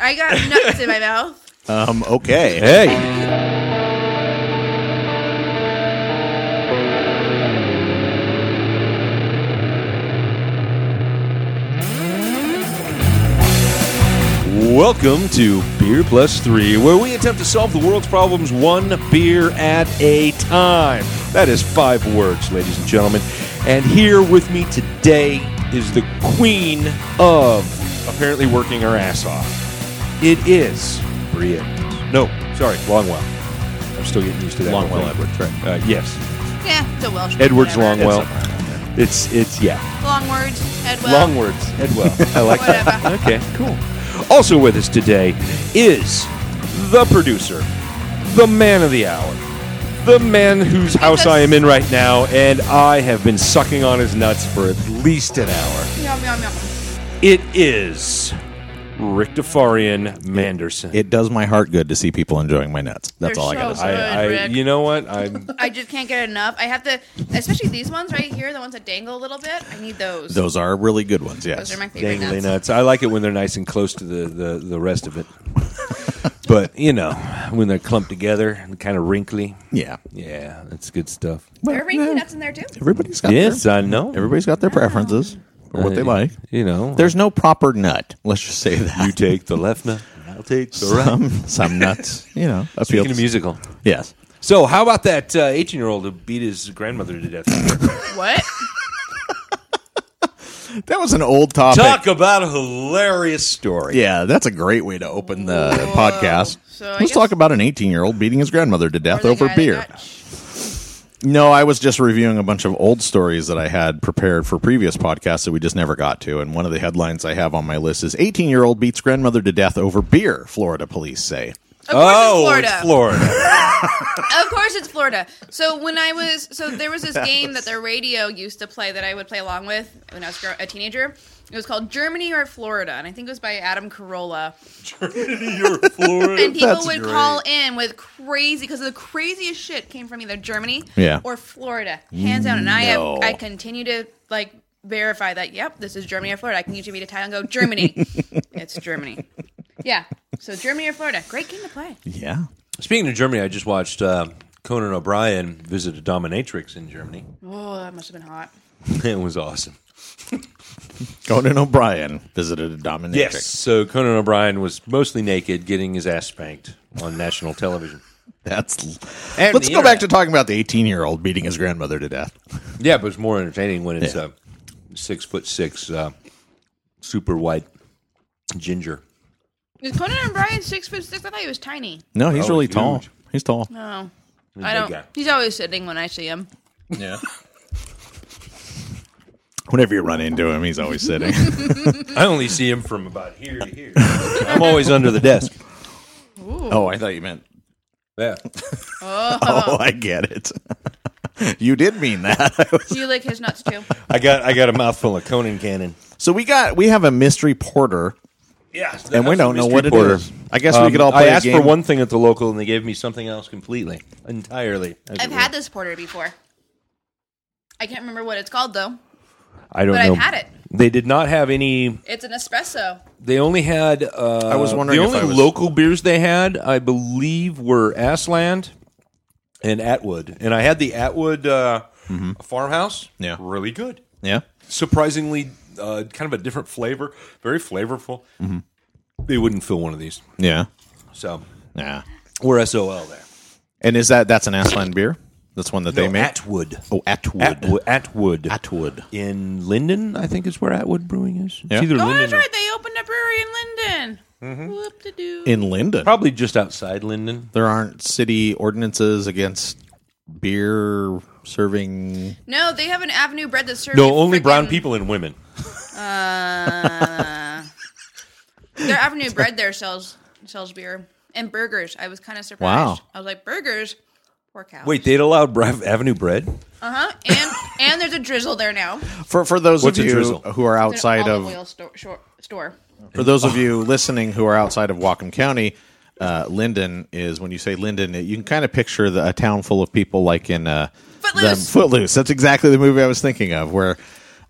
I got nuts in my mouth. Um, okay. Hey. Welcome to Beer Plus Three, where we attempt to solve the world's problems one beer at a time. That is five words, ladies and gentlemen. And here with me today is the queen of apparently working her ass off. It is Bria. No, sorry, Longwell. I'm still getting used to that. Longwell Edwards, right? Uh, yes, Yeah, it's a Welsh. name, Edwards whatever. Longwell. It's it's yeah. Long words. Edwell. Long words. Edwell. I like Whatever. that. Okay, cool. Also with us today is the producer, the man of the hour, the man whose house I am in right now, and I have been sucking on his nuts for at least an hour. Yum, yum, yum. It is Rictifarian Manderson. It does my heart good to see people enjoying my nuts. That's They're all I so got to good. say. I, I, Rick. you know what? I'm. I just can't get enough. I have to, especially these ones right here, the ones that dangle a little bit. I need those. Those are really good ones, yes. Those are my favorite Dangly nuts. nuts. I like it when they're nice and close to the, the, the rest of it. But, you know, when they're clumped together and kind of wrinkly. yeah. eh, Yeah, that's good stuff. There are wrinkly nuts in there too. Everybody's got yes, their, I know. everybody's got their preferences or what they Uh, like. You know, There's no proper nut. Let's just say that. you take the left nut, I'll take the right. some, some nuts, you know, appeal Speaking of to- musical. Yes. So, how about that 18 year old who beat his grandmother to death? What? That was an old topic. Talk about a hilarious story. Yeah, that's a great way to open the podcast. So I Let's guess- talk about an 18 year old beating his grandmother to Or death the over guy that beer. got sh- No, I was just reviewing a bunch of old stories that I had prepared for previous podcasts that we just never got to. And one of the headlines I have on my list is 18 year old beats grandmother to death over beer, Florida police say. Of course Oh, it's Florida. It's Florida. Of course it's Florida. So when I was, so there was this game that the radio used to play that I would play along with when I was gr- a teenager. It was called Germany or Florida, and I think it was by Adam Carolla. You're Florida. And people That's would great. call in with crazy because the craziest shit came from either Germany Yeah. or Florida, hands down. And I have, No. I continue to like verify that. Yep, this is Germany or Florida. I can usually be to and go Germany. it's Germany. Yeah. So Germany or Florida, great game to play. Yeah. Speaking of Germany, I just watched uh, Conan O'Brien visit a dominatrix in Germany. Oh, that must have been hot. it was awesome. Conan O'Brien visited a dominatrix. Yes. So Conan O'Brien was mostly naked, getting his ass spanked on national television. That's. And Let's the go back internet. to talking about the 18 year old beating his grandmother to death. Yeah, but it's more entertaining when it's Yeah. uh, six foot six, uh, super white ginger. Is Conan O'Brien six foot six? I thought he was tiny. No, he's Oh, really huge. tall. He's tall. Oh, big I don't. guy. He's always sitting when I see him. Yeah. Whenever you run into him, he's always sitting. I only see him from about here to here. Mm. I'm always under the desk. oh, I thought you meant. Yeah. Oh, I get it. you did mean that. Do you lick his nuts too? I got I got a mouthful of Conan Cannon. So we got we have a mystery porter, Yeah, and we don't know what it is. Um, I guess we could all Um, I play. a asked game. for one thing at the local, and they gave me something else completely, entirely. as I've it had were. this porter before. I can't remember what it's called though. I don't but I've know. had it. They did not have any. It's an espresso. They only had. Uh, I was wondering The if only I was- local beers they had, I believe, were Assland and Atwood, and I had the Atwood uh, farmhouse. Mm-hmm. Yeah. really good. Yeah, Surprisingly, uh, kind of a different flavor. Very flavorful. Mm-hmm. They wouldn't fill one of these, yeah, so yeah. we're SOL there. And is that that's an Aslan beer? That's one that they No, make. Atwood. oh, Atwood. Atwood. Atwood. Atwood. in Linden, I think is where Atwood Brewing is. Yeah. It's either Oh, Linden that's or- right. They opened a brewery in Linden. Whoop de doo. Mm-hmm. in Linden. probably just outside Linden. There aren't city ordinances against beer serving. No, they have an Avenue Bread that serves. No, you only brown frickin'- people and women. Uh, their Avenue Bread there sells sells beer and burgers. I was kind of surprised. Wow. I was like burgers. Poor cow. Wait, they'd allow Bra- Avenue Bread? Uh huh. And and there's a drizzle there now. For for those What's a of you drizzle? who are It's an outside olive of oil store. shor- store. For those of you listening who are outside of Whatcom County, uh, Linden is when you say Linden, you can kind of picture the, a town full of people like in uh, the- Footloose. Footloose. That's exactly the movie I was thinking of, where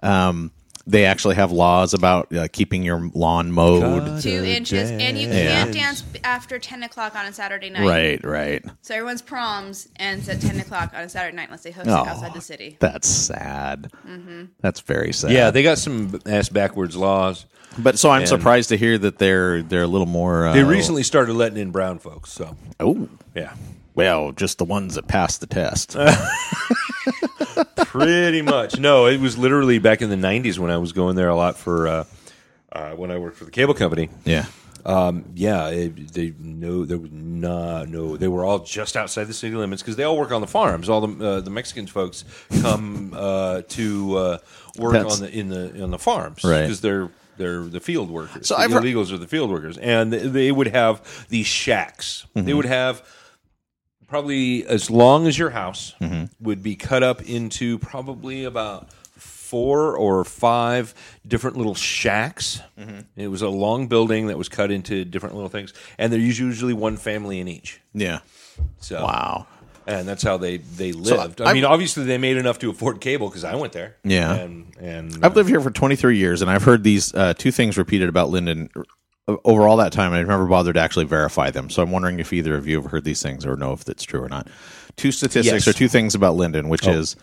um, They actually have laws about uh, keeping your lawn mowed. two inches, and you Yeah. can't dance after ten o'clock on a Saturday night. Right, right. So everyone's proms ends at ten o'clock on a Saturday night unless they host Oh. it outside the city. Mm-hmm. That's sad. That's very sad. Yeah, they got some ass backwards laws. but so I'm And- surprised to hear that they're they're a little more. Uh, They recently started letting in brown folks, so Oh, yeah, well, just the ones that passed the test. pretty much. No, it was literally back in the '90s when I was going there a lot for uh, uh, when I worked for the cable company. yeah. Um, yeah, it, they no, there was not no. They were all just outside the city limits because they all work on the farms. All the uh, the Mexican folks come uh, to uh, work That's- on the in the on the farms Right. because they're they're the field workers. So the I've heard- illegals are the field workers, and they would have these shacks. They Mm-hmm. would have probably as long as your house Mm-hmm. would be cut up into probably about four or five different little shacks. Mm-hmm. It was a long building that was cut into different little things, and there's usually one family in each. Yeah. So Wow. and that's how they they lived. I, I've- mean, obviously they made enough to afford cable because I went there. Yeah. and and I've lived here for 23 years, and I've heard these uh, two things repeated about Linden o- over all that time. And I've never bothered to actually verify them. So I'm wondering if either of you have heard these things or know if that's true or not. Two statistics Yes. Oh. or two things about Linden, which is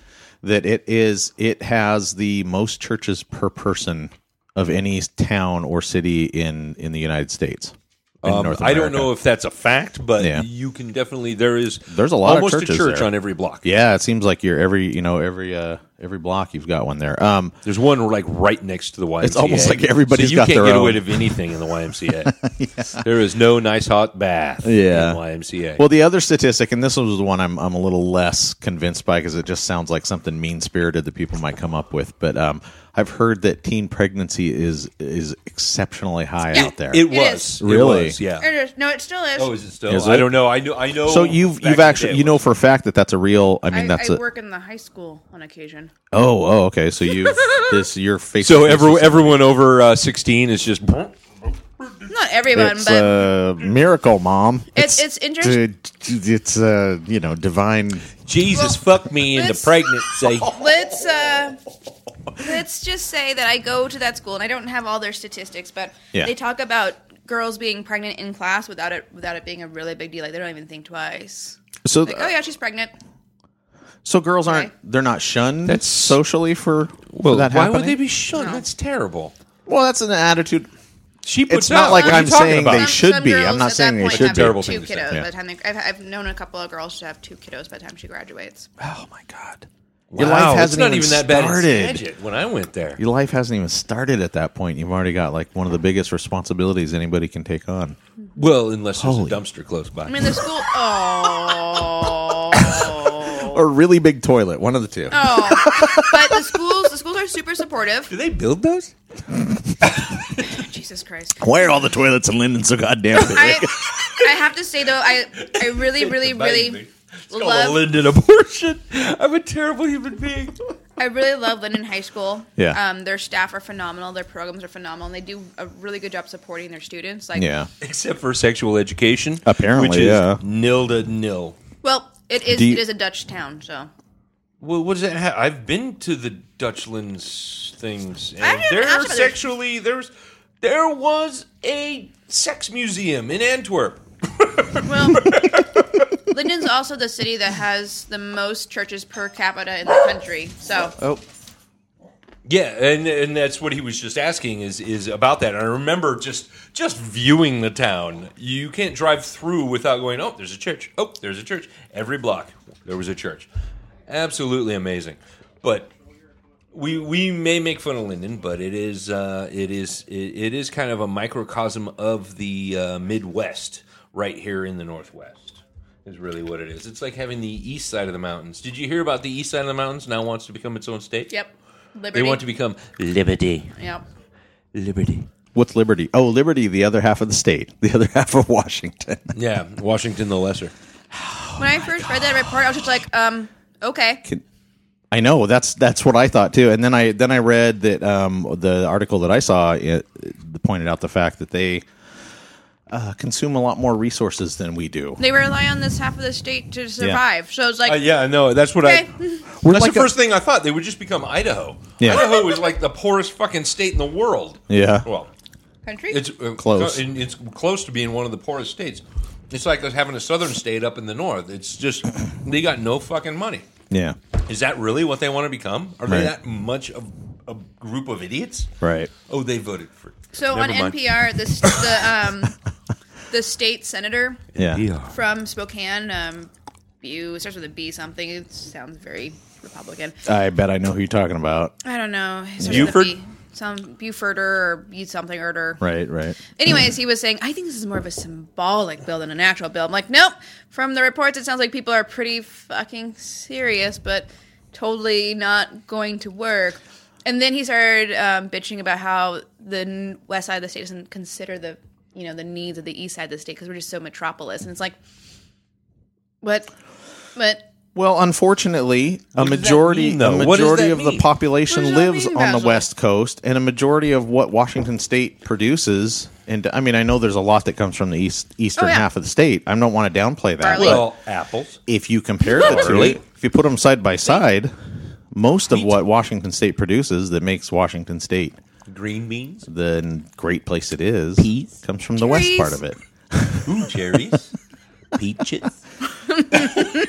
that it is it has the most churches per person of any town or city in in the United States. in um, North I don't America. know if that's a fact, but Yeah. you can definitely there is There's a lot of almost churches a church there. on every block. Yeah, it seems like you're every you know every uh every block you've got one there. Um, There's one like right next to the YMCA. It's almost like everybody everybody's so you got can't their get own. away with anything in the YMCA. There is no nice hot bath. Yeah. in YMCA. Well, the other statistic, and this was the one I'm, I'm a little less convinced by because it just sounds like something mean spirited that people might come up with. But um, I've heard that teen pregnancy is is exceptionally high out there. it It was is. It Really? was, yeah. Or just- no, it still is. Oh, is it still? Is I it? don't know. I know. I know. so you've back in you've the actually day you it know was. for a fact that that's a real. I mean, I, that's I a work in the high school on occasion. oh oh okay. So you this your face. So every, everyone over uh, 16 is just. Not everyone, It's uh, but a miracle, mom. It's- it's interesting- d- It's uh, you know divine. Jesus fuck me into it's- pregnancy. let's uh let's just say that I go to that school and I don't have all their statistics, but Yeah. they talk about girls being pregnant in class without it without it being a really big deal. Like they don't even think twice. So Like, oh yeah, she's pregnant. so girls aren't Okay. they're not shunned That's- socially for, for that why happening. would they be shunned? That's terrible. well, that's an attitude. She puts not out- like what are I'm you talking saying about? They should be. I'm girls not at saying that they point should have be. Terrible Two thing to say. kiddos Yeah. by the time they, I've, I've known a couple of girls to have two kiddos by the time she graduates. Oh my god. Your life Wow, it's hasn't not even even that bad. in started. Skagit When I went there, Your life hasn't even started at that point. You've already got like one of the biggest responsibilities anybody can take on. well, unless there's Holy- a dumpster close by. I mean, the school. Oh. Or a really big toilet, one of the two. Oh, but the schools the schools are super supportive. Do they build those? Jesus Christ. Why are all the toilets in Linden so goddamn big? I, I have to say though, I I really, really, really love Linden abortion. I'm a terrible human being. I really love Linden High School. Yeah. Um, their staff are phenomenal. Their programs are phenomenal. And they do a really good job supporting their students. Like, yeah. Except for sexual education, Apparently, which is yeah. nil to nil. Well, it is Do you- it is a Dutch town, so Well, what does that have? I've been to the Dutchlands things, and I didn't they're ask about it. sexually there's there was a sex museum in Antwerp. well. Linden's also the city that has the most churches per capita in the country. So Oh, Yeah, and and that's what he was just asking is is about that. And I remember just just viewing the town. You can't drive through without going. Oh, there's a church. Oh, there's a church. Every block there was a church. Absolutely amazing. But we we may make fun of Linden, but it is uh, it is it, it is kind of a microcosm of the uh, Midwest right here in the Northwest. Is really what it is. It's like having the east side of the mountains. Did you hear about the east side of the mountains now wants to become its own state? yep, liberty. They want to become Liberty. Yep. Liberty. what's Liberty? Oh, Liberty, the other half of the state, the other half of Washington. yeah Washington the lesser. Oh when I first read that report, I was just like, um, okay. Can- I know that's that's what I thought too. And then I then I read that um, the article that I saw it, it pointed out the fact that they uh, consume a lot more resources than we do. They rely on this half of the state to survive. So it's like, Uh, yeah, no, that's what okay, I. We're That's like the a- first thing I thought. They would just become Idaho. Yeah. Idaho is like the poorest fucking state in the world. Yeah. Well, country. it's uh, Close. co- and It's close to being one of the poorest states. It's like us having a southern state up in the north. It's just they got no fucking money. yeah, Is that really what they want to become? Are Right. they that much of a group of idiots? right. Oh, they voted for. so Never on mind. NPR, this the um, the state senator Yeah, from Spokane, um, Bu- it starts with a B something. It sounds very Republican. I bet I know who you're talking about. I don't know. It starts with a Buford? B. Some Buforder or Bu something order. Right, right. Anyways, he was saying, I think this is more of a symbolic bill than an actual bill. I'm like, nope. From the reports, it sounds like people are pretty fucking serious, but totally not going to work. And then he started um, bitching about how the n- west side of the state doesn't consider the you know the needs of the east side of the state because we're just so metropolis. And it's like, what? But Well, unfortunately, a does that majority mean, though? a What does majority that of the mean? What population does that lives mean, on the Basil? West Coast, and a majority of what Washington State produces. And I mean, I know there's a lot that comes from the east eastern Oh, yeah. half of the state. I don't want to downplay that. Barley. but Well, apples. if you compare the two, Really? if you put them side by side, most of what Washington State produces that makes Washington State Green beans, the great place it is comes from the west Trees. part of it. Ooh, cherries. Peaches.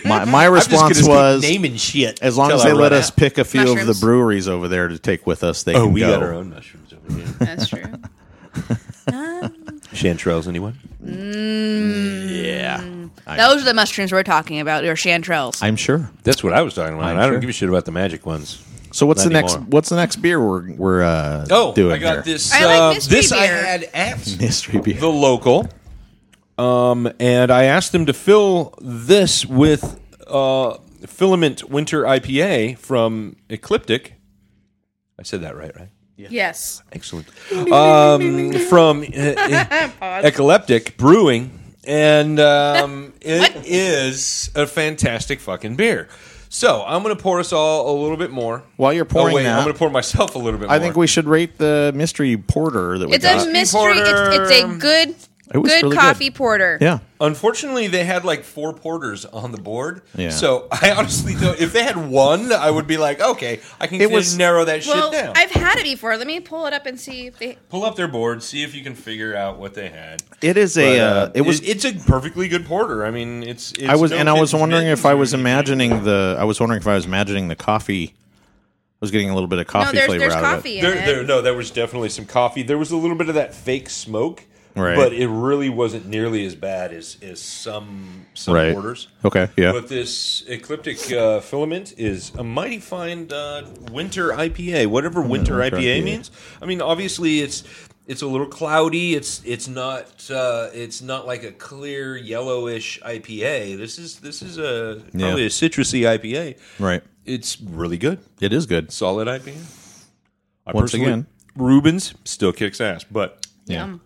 My, my I'm response just gonna keep was naming shit as long till as I they run let out. us pick a few of Mushrooms. the breweries over there to take with us, they Oh, can we go. got our own mushrooms over here. that's true. Chanterelles, anyone? Yeah, Those are the mushrooms we're talking about, or chanterelles. Mm. I'm sure. That's what I was talking about. I'm I don't sure. give a shit about the magic ones. So what's Not the next? anymore. What's the next beer we're we're uh, Oh, doing I got here? this. I like uh, mystery this I beer. had at mystery beer. the local, um, and I asked them to fill this with uh, filament winter IPA from Ecliptic. I said that right, right? Yes. Excellent. Um, from uh, Epileptic Brewing, and um, it is a fantastic fucking beer. So I'm going to pour us all a little bit more. While you're pouring oh, wait, that- I'm going to pour myself a little bit. I more. think we should rate the mystery porter that we It's got. a mystery. It's, it's a good, It was good really good. coffee porter. yeah, Unfortunately, they had like four porters on the board. Yeah. So I honestly don't. If they had one, I would be like, okay, I can It it was- narrow that Well, shit down. I've had it before. Let me pull it up and see if they. Pull up their board, see if you can figure out what they had. it is a. But, uh, it was it's a perfectly good porter. I mean, it's. it's I was, no and I was kidding. wondering if I was imagining the. I was wondering if I was imagining the coffee. I was getting a little bit of No, coffee there's flavor there's out coffee in There, it. there, no, there was definitely some coffee. There was a little bit of that fake smoke, Right. but it really wasn't nearly as bad as as some some Right. porters. of it. Okay, yeah, But this ecliptic uh, filament is a mighty fine uh, winter IPA. Whatever Hmm, winter winter IPA, IPA. means. I mean, obviously it's it's a little cloudy. It's it's not uh, it's not like a clear yellowish IPA. This is this is a probably Yeah. a citrusy IPA. right. It's really good, It is good. solid IPA. I Once personally- again. Rubens still kicks ass, but Yeah. Um,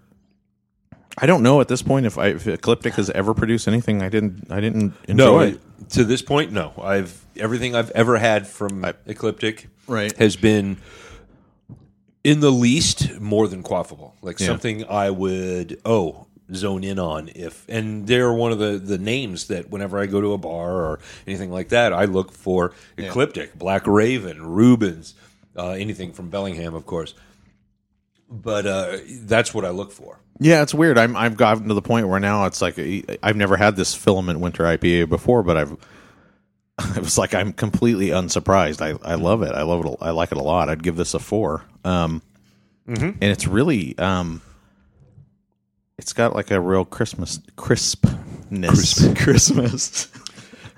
I don't know at this point if, I, if Ecliptic has ever produced anything I didn't. I didn't enjoy. No, I- to this point, no. I've everything I've ever had from Ecliptic Right. has been in the least more than quaffable. Like Yeah. something I would oh zone in on if and they're one of the the names that whenever I go to a bar or anything like that, I look for Ecliptic, Black Raven, Rubens, uh, anything from Bellingham, of course. But uh, that's what I look for. Yeah, it's weird. I'm I've gotten to the point where now it's like e, I've never had this filament winter IPA before, but I've I was like I'm completely unsurprised. I, I love it. I love it. I like it a lot. I'd give this a four. Um, and it's really um, it's got like a real Christmas crispness. Christmas.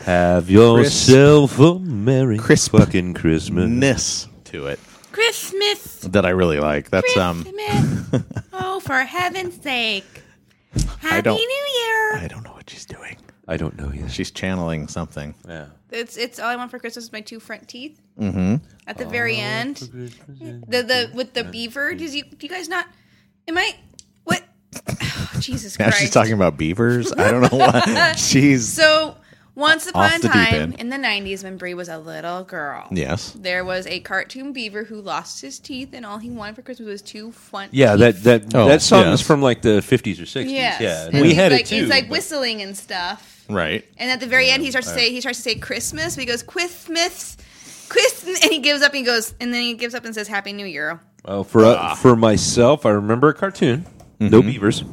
Have yourself a merry Crisp. fucking Christmas. ness to it Christmas. that I really like. That's um. Christmas. oh, for heaven's sake! Happy don't- New Year. I don't know what she's doing. I don't know yet. She's channeling something. Yeah. It's it's all I want for Christmas is my two front teeth. Mm-hmm. At the very Oh, end, the the with the beaver. Does you do you guys not? Am I what? Jesus Now Christ! she's talking about beavers. I don't know why. she's So Once upon a the deep time end. in the 90s, when Brie was a little girl, Yes. there was a cartoon beaver who lost his teeth, and all he wanted for Christmas was two fun. Yeah, teeth. that that Oh, that song yes. is from like the 50s or 60s. Yes. Yeah, And we he's had like, it too. He's like but- whistling and stuff. Right. And at the very end, he starts to say he tries to say Christmas, but he goes Quithmiths, Quith, and he gives up. And he goes, and then he gives up and says Happy New Year. Well, for uh, for myself, I remember a cartoon. No beavers.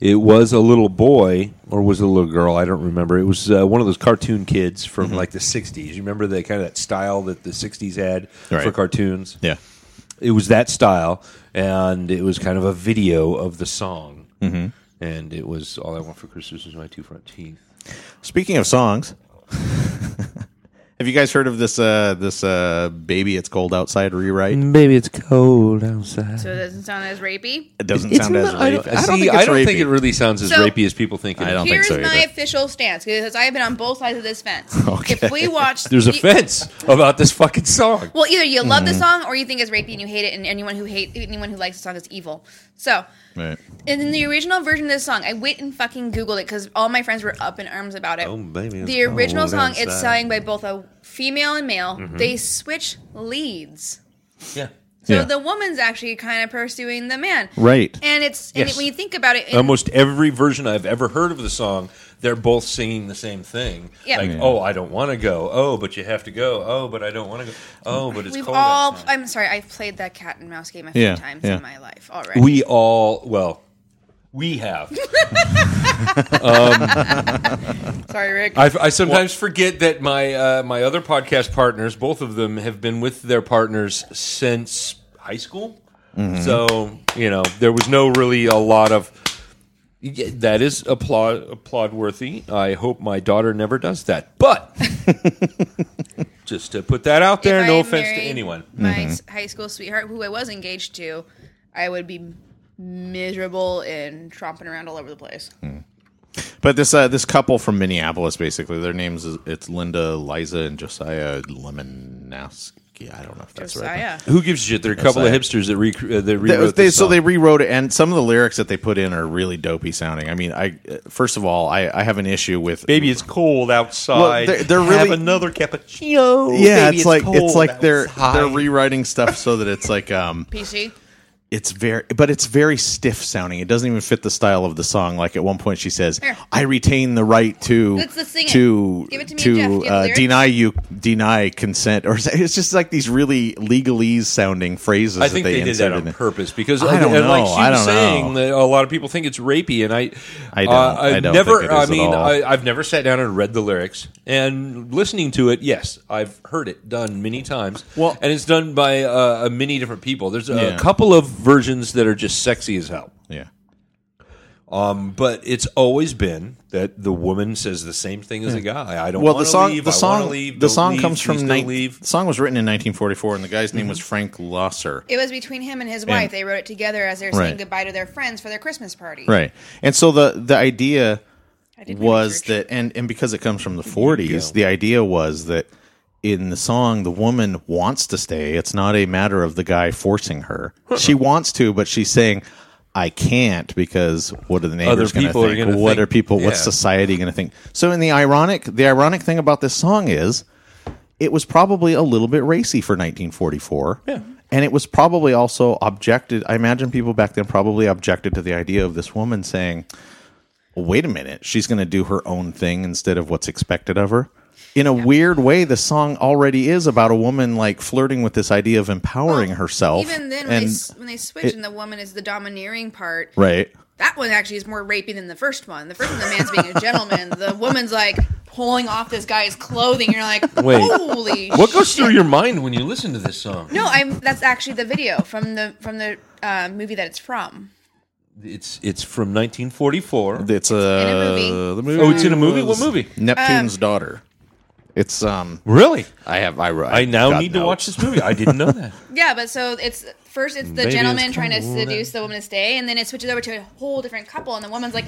It was a little boy, or was it a little girl? I don't remember. It was uh, one of those cartoon kids from like the '60s. You remember the kind of that style that the '60s had for Right. cartoons. Yeah. It was that style, and it was kind of a video of the song. Mm-hmm. And it was all I want for Christmas is my two front teeth. Speaking of songs, have you guys heard of this uh this uh Baby It's Cold Outside rewrite? Baby, it's cold outside. So it doesn't sound as rapey. It doesn't sound as I don't, rapey. I don't see, think I it's don't rapey. think it really sounds as So- rapey as people think. It I don't think Here's so my either. official stance because I have been on both sides of this fence. Okay. If we watch, There's a you- fence Mm-hmm. about this fucking song. Well, either you love the song or you think it's rapey and you hate it, and anyone who hate anyone who likes the song is evil. So, Right. and in the original version of this song, I went and fucking googled it because all my friends were up in arms about it. Oh, baby, it's the original cold song, it's outside. sung by both a female and male. They switch leads, Yeah. so Yeah. the woman's actually kind of pursuing the man, Right. And it's and Yes. when you think about it, in- Almost every version I've ever heard of the song, they're both singing the same thing. Yeah. Like, Yeah. oh, I don't want to go. Oh, but you have to go. Oh, but I don't want to go. Oh, but it's we've cold. all. outside. I'm sorry, I've played that cat and mouse game a few Yeah, times yeah. in my life already. we all, well, we have. sorry, Rick. I, I sometimes forget that my uh, my other podcast partners, both of them, have been with their partners since high school. Mm-hmm. So you know, there was no really a lot of. Yeah, That is applaud applaud worthy. I hope my daughter never does that. But just to put that out there, If no I offense to married anyone. My s- high school sweetheart, who I was engaged to, I would be miserable and tromping around all over the place. But this uh, this couple from Minneapolis, basically, their names is it's Linda, Liza, and Josiah Lemonowski. I don't know if that's So, right. yeah. Who gives a shit? There are a couple of right. hipsters that, rec- uh, that They- rewrote they- this so song. they rewrote it, and some of the lyrics that they put in are really dopey sounding. I mean, I uh, first of all, I, I have an issue with Baby, it's cold outside. they're- they're Have really- another cappuccino. yeah, Baby, it's like it's cold like they're they're outside. rewriting stuff so that it's like um PC. it's very but it's very stiff sounding. It doesn't even fit the style of the song. Like at one point she says, Here. "I retain the right to Let's- let's sing it. to Give it to me, Jeff. Do you have to the uh, lyrics? deny you deny consent." Or it's just like these really legalese sounding phrases. I think that they, they, did that inserted on in. purpose because I don't and Like know. she I was don't saying know. that a lot of people think it's rapey, and I, I don't- uh, I've I don't never. think it I is at mean, all. I, I've never sat down and read the lyrics. And listening to it, yes, I've heard it done many times. Well- and it's done by uh, many different people. There's a Yeah. couple of versions that are just sexy as hell, Yeah. but it's always been that the woman says the same thing as the guy. I don't. Well, wanna the song Leave, the I wanna song Leave, the don't song leave, comes please from don't nine- leave. the song was written in 1944 and the guy's name was Frank Lasser. It was between him and his wife. they wrote it together as they were Right. saying goodbye to their friends for their Christmas party. Right. And so the the idea did my was research. that and and because it comes from the 40s, the idea was that in the song the woman wants to stay. It's not a matter of the guy forcing her. she wants to, but she's saying I can't because what are the neighbors going to people are think? gonna what think- are people? What's yeah. society going to think? So, in the ironic, the ironic thing about this song is, it was probably a little bit racy for 1944. Yeah. And it was probably also objected. I imagine people back then probably objected to the idea of this woman saying, well, wait a minute, she's going to do her own thing instead of what's expected of her. In a weird way, the song already is about a woman like flirting with this idea of empowering herself. Even then, when, and, they, s- when they switch and the woman is the domineering part, right. that one actually is more rapey than the first one. The first one, the man's being a gentleman. The woman's like pulling off this guy's clothing. You're like, Wait. holy What goes through your mind when you listen to this song? No, I'm. That's actually the video from the from the uh, movie that it's from. It's it's from 1944. It's a, movie. Uh, the movie. Oh, it's in a movie? was What movie? Neptune's Daughter. It's um. Really? I have. I I now God need to knows. watch this movie. I didn't know that. Yeah, but so it's first it's the Baby, gentleman it's trying to cold seduce the woman to stay, and then it switches over to a whole different couple, and the woman's like,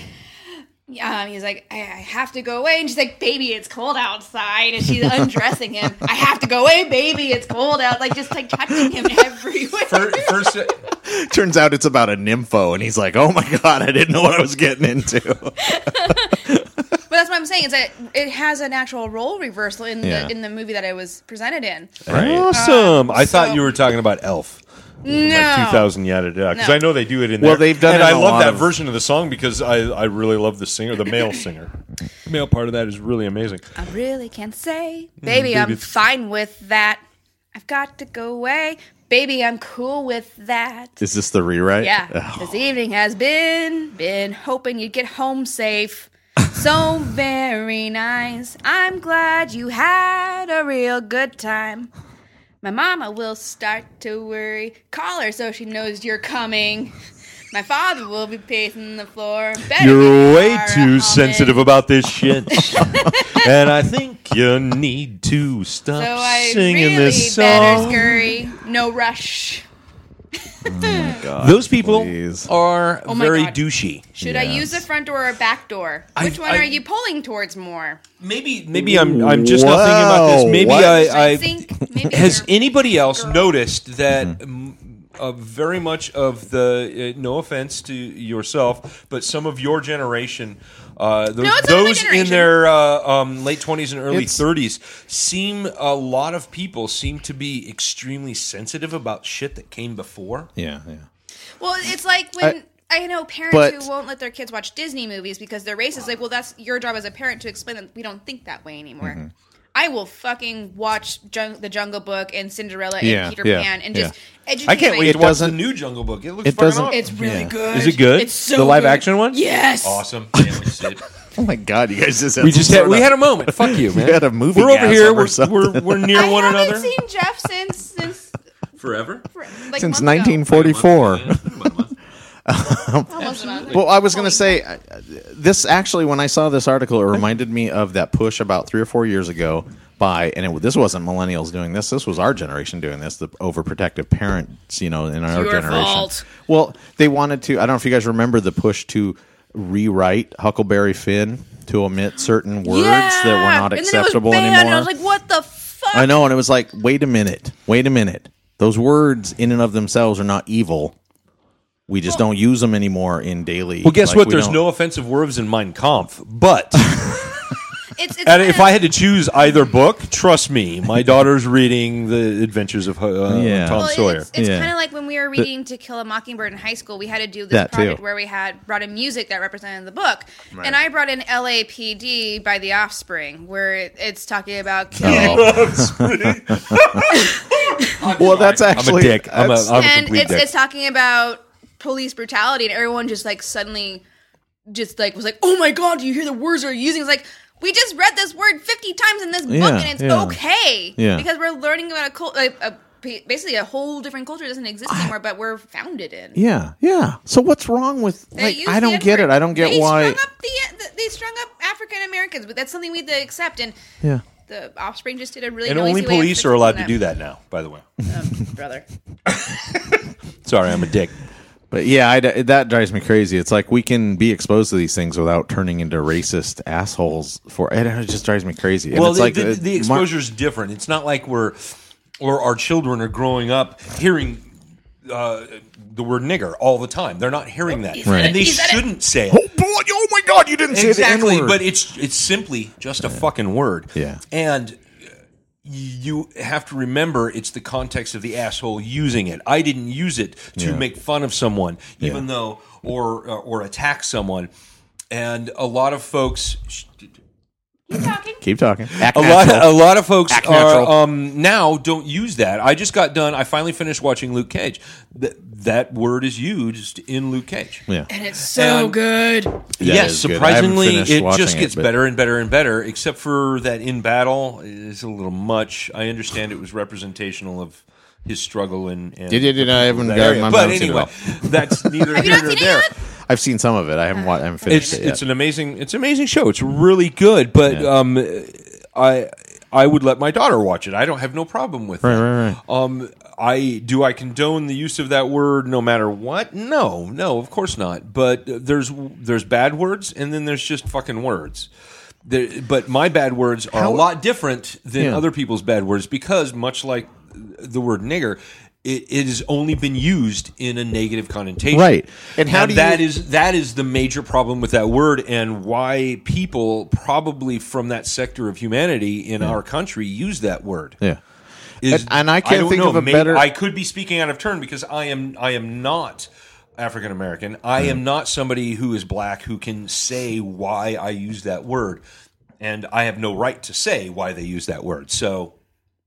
um, he's like, I, I have to go away, and she's like, baby, it's cold outside, and she's undressing him. I have to go away, baby, it's cold out, like just like touching him everywhere. First, first uh, Turns out it's about a nympho, and he's like, "Oh my god, I didn't know what I was getting into." But that's what I'm saying. Is that it has an actual role reversal in Yeah. the in the movie that I was presented in. Right. Uh, Awesome. I thought so- you were talking about Elf. No, Like 2000 yada yada. Because No. I know they do it in Well, there. they've done And it I in a love lot that of- version of the song because I, I really love the singer, the male singer. The male part of that is really amazing. I really can't say, baby. I'm fine with that. I've got to go away, baby. I'm cool with that. Is this the rewrite? Yeah. Oh, This evening has been been hoping you'd get home safe. So very nice. I'm glad you had a real good time. My mama will start to worry. Call her so she knows you're coming. My father will be pacing the floor. Better You're give way Laura a too almond. sensitive about this shit. and I think you need to stop So I singing really this better song. scurry. No rush. Those people Please. are Oh my very God. douchey. Should I use the front door or back door? I- Which one I- are you pulling towards more? Maybe maybe I'm I'm just not thinking Wow, about this. Maybe what? Should I, I, I think maybe has they're- anybody else Girl. noticed that Mm-hmm. m- uh, very much of the uh, no offense to yourself but some of your generation uh, those, it's not my those in generation. their uh, um, late 20s and early It's- 30s seem a lot of people seem to be extremely sensitive about shit that came before Yeah, yeah. Well, it's like when I, know parents but- who won't let their kids watch Disney movies because they're racist. Like, well, that's your job as a parent to explain that we don't think that way anymore. Mm-hmm. I will fucking watch Jung- the Jungle Book and Cinderella and Yeah, Peter yeah, Pan and yeah. just educate. i can't my- wait to It watch the doesn't- new jungle book it looks it fucking doesn't- awesome. It's really Yeah. good. Is it good? It's so The live good. action one? Yes. awesome Can't wait to see it. Oh my god, you guys just had we just some had we sort had of- a moment fuck you man had a movie we're over gasm here or we're, something. we're, we're near I one haven't another seen Jeff since since forever for- like since months ago. 1944. Almost a month. Well, I was going to say uh, uh, this actually when I saw this article it reminded me of that push about 3 or 4 years ago by and it, this wasn't millennials doing this this was our generation doing this the overprotective parents you know in our your generation fault. well they wanted to i don't know if you guys remember the push to rewrite huckleberry finn to omit certain words that were not and acceptable then it was banned, anymore And I was like, what the fuck? I know, and it was like, wait a minute, wait a minute. Those words in and of themselves are not evil. We just don't use them anymore in daily. Well, guess like, what? we There's don't- no offensive words in Mein Kampf, but It's, it's and if I bad. had to choose either book, trust me, my daughter's reading The Adventures of uh, Yeah. Tom Well, Well, Sawyer. It's, it's Yeah. kind of like when we were reading To Kill a Mockingbird in high school, we had to do this That too. project where we had brought in music that represented the book. And I brought in LAPD by The Offspring, where it, it's talking about killing. Oh. well, that's I'm actually a dick. I'm a, that's- I'm a And complete it's, dick. it's talking about police brutality, and everyone just like suddenly just like was like, oh my God, do you hear the words they're using? It's like, we just read this word 50 times in this book, Yeah, and it's yeah. okay. Yeah. Because we're learning about a culture. a, Basically, a whole different culture doesn't exist anymore, but we're founded in. yeah, yeah. So what's wrong with They like? use I the don't N get word. it. I don't get they why. Strung up the, they strung up African Americans, but that's something we had to accept. And yeah. the Offspring just did a really and noisy only way of police are fixing allowed to them. do that now. By the way, Um, brother. sorry, I'm a dick. But yeah, I d that drives me crazy. It's like we can be exposed to these things without turning into racist assholes. For and it just drives me crazy. And well, it's the, like the, uh, the Mar- exposure is different. It's not like we're or our children are growing up hearing. Uh, the word nigger all the time. They're not hearing that, Right. and they Is that it? shouldn't say it. oh boy! Oh my God! You didn't say exactly the N-word. but it's it's simply just a fucking word Yeah. and uh, you have to remember it's the context of the asshole using it i didn't use it to Yeah. make fun of someone even Yeah. though or uh, or attack someone and a lot of folks Keep talking. keep talking. Act a lot, natural. a lot of folks Act are natural. um, now don't use that. I just got done. I finally finished watching Luke Cage. Th- that word is used in Luke Cage. yeah. And it's so And- good. That yes, is good. I haven't surprisingly, finished it watching just it, gets but- better and better and better. Except for that in battle is a little much. I understand it was representational of his struggle and. and Yeah, yeah, yeah, I haven't that got area. my But mountain anyway, up. that's neither you not here nor seen it there. yet? I've seen some of it. I haven't watched. I haven't finished Uh, It's it yet. it's an amazing it's an amazing show. It's really good, but Yeah. um, I I would let my daughter watch it. I don't have no problem with it. right, right. Um, I do I condone the use of that word no matter what? No, no, of course not. But uh, there's there's bad words and then there's just fucking words. There, but my bad words are a lot different than Yeah. other people's bad words because much like the word nigger, it, it has only been used in a negative connotation. Right. And how do you- that is that is the major problem with that word and why people probably from that sector of humanity in our country use that word. Yeah. Is- And- and I can't don't think know, of a maybe- better- I could be speaking out of turn because I am I am not African American. I am not somebody who is black who can say why I use that word, and I have no right to say why they use that word. So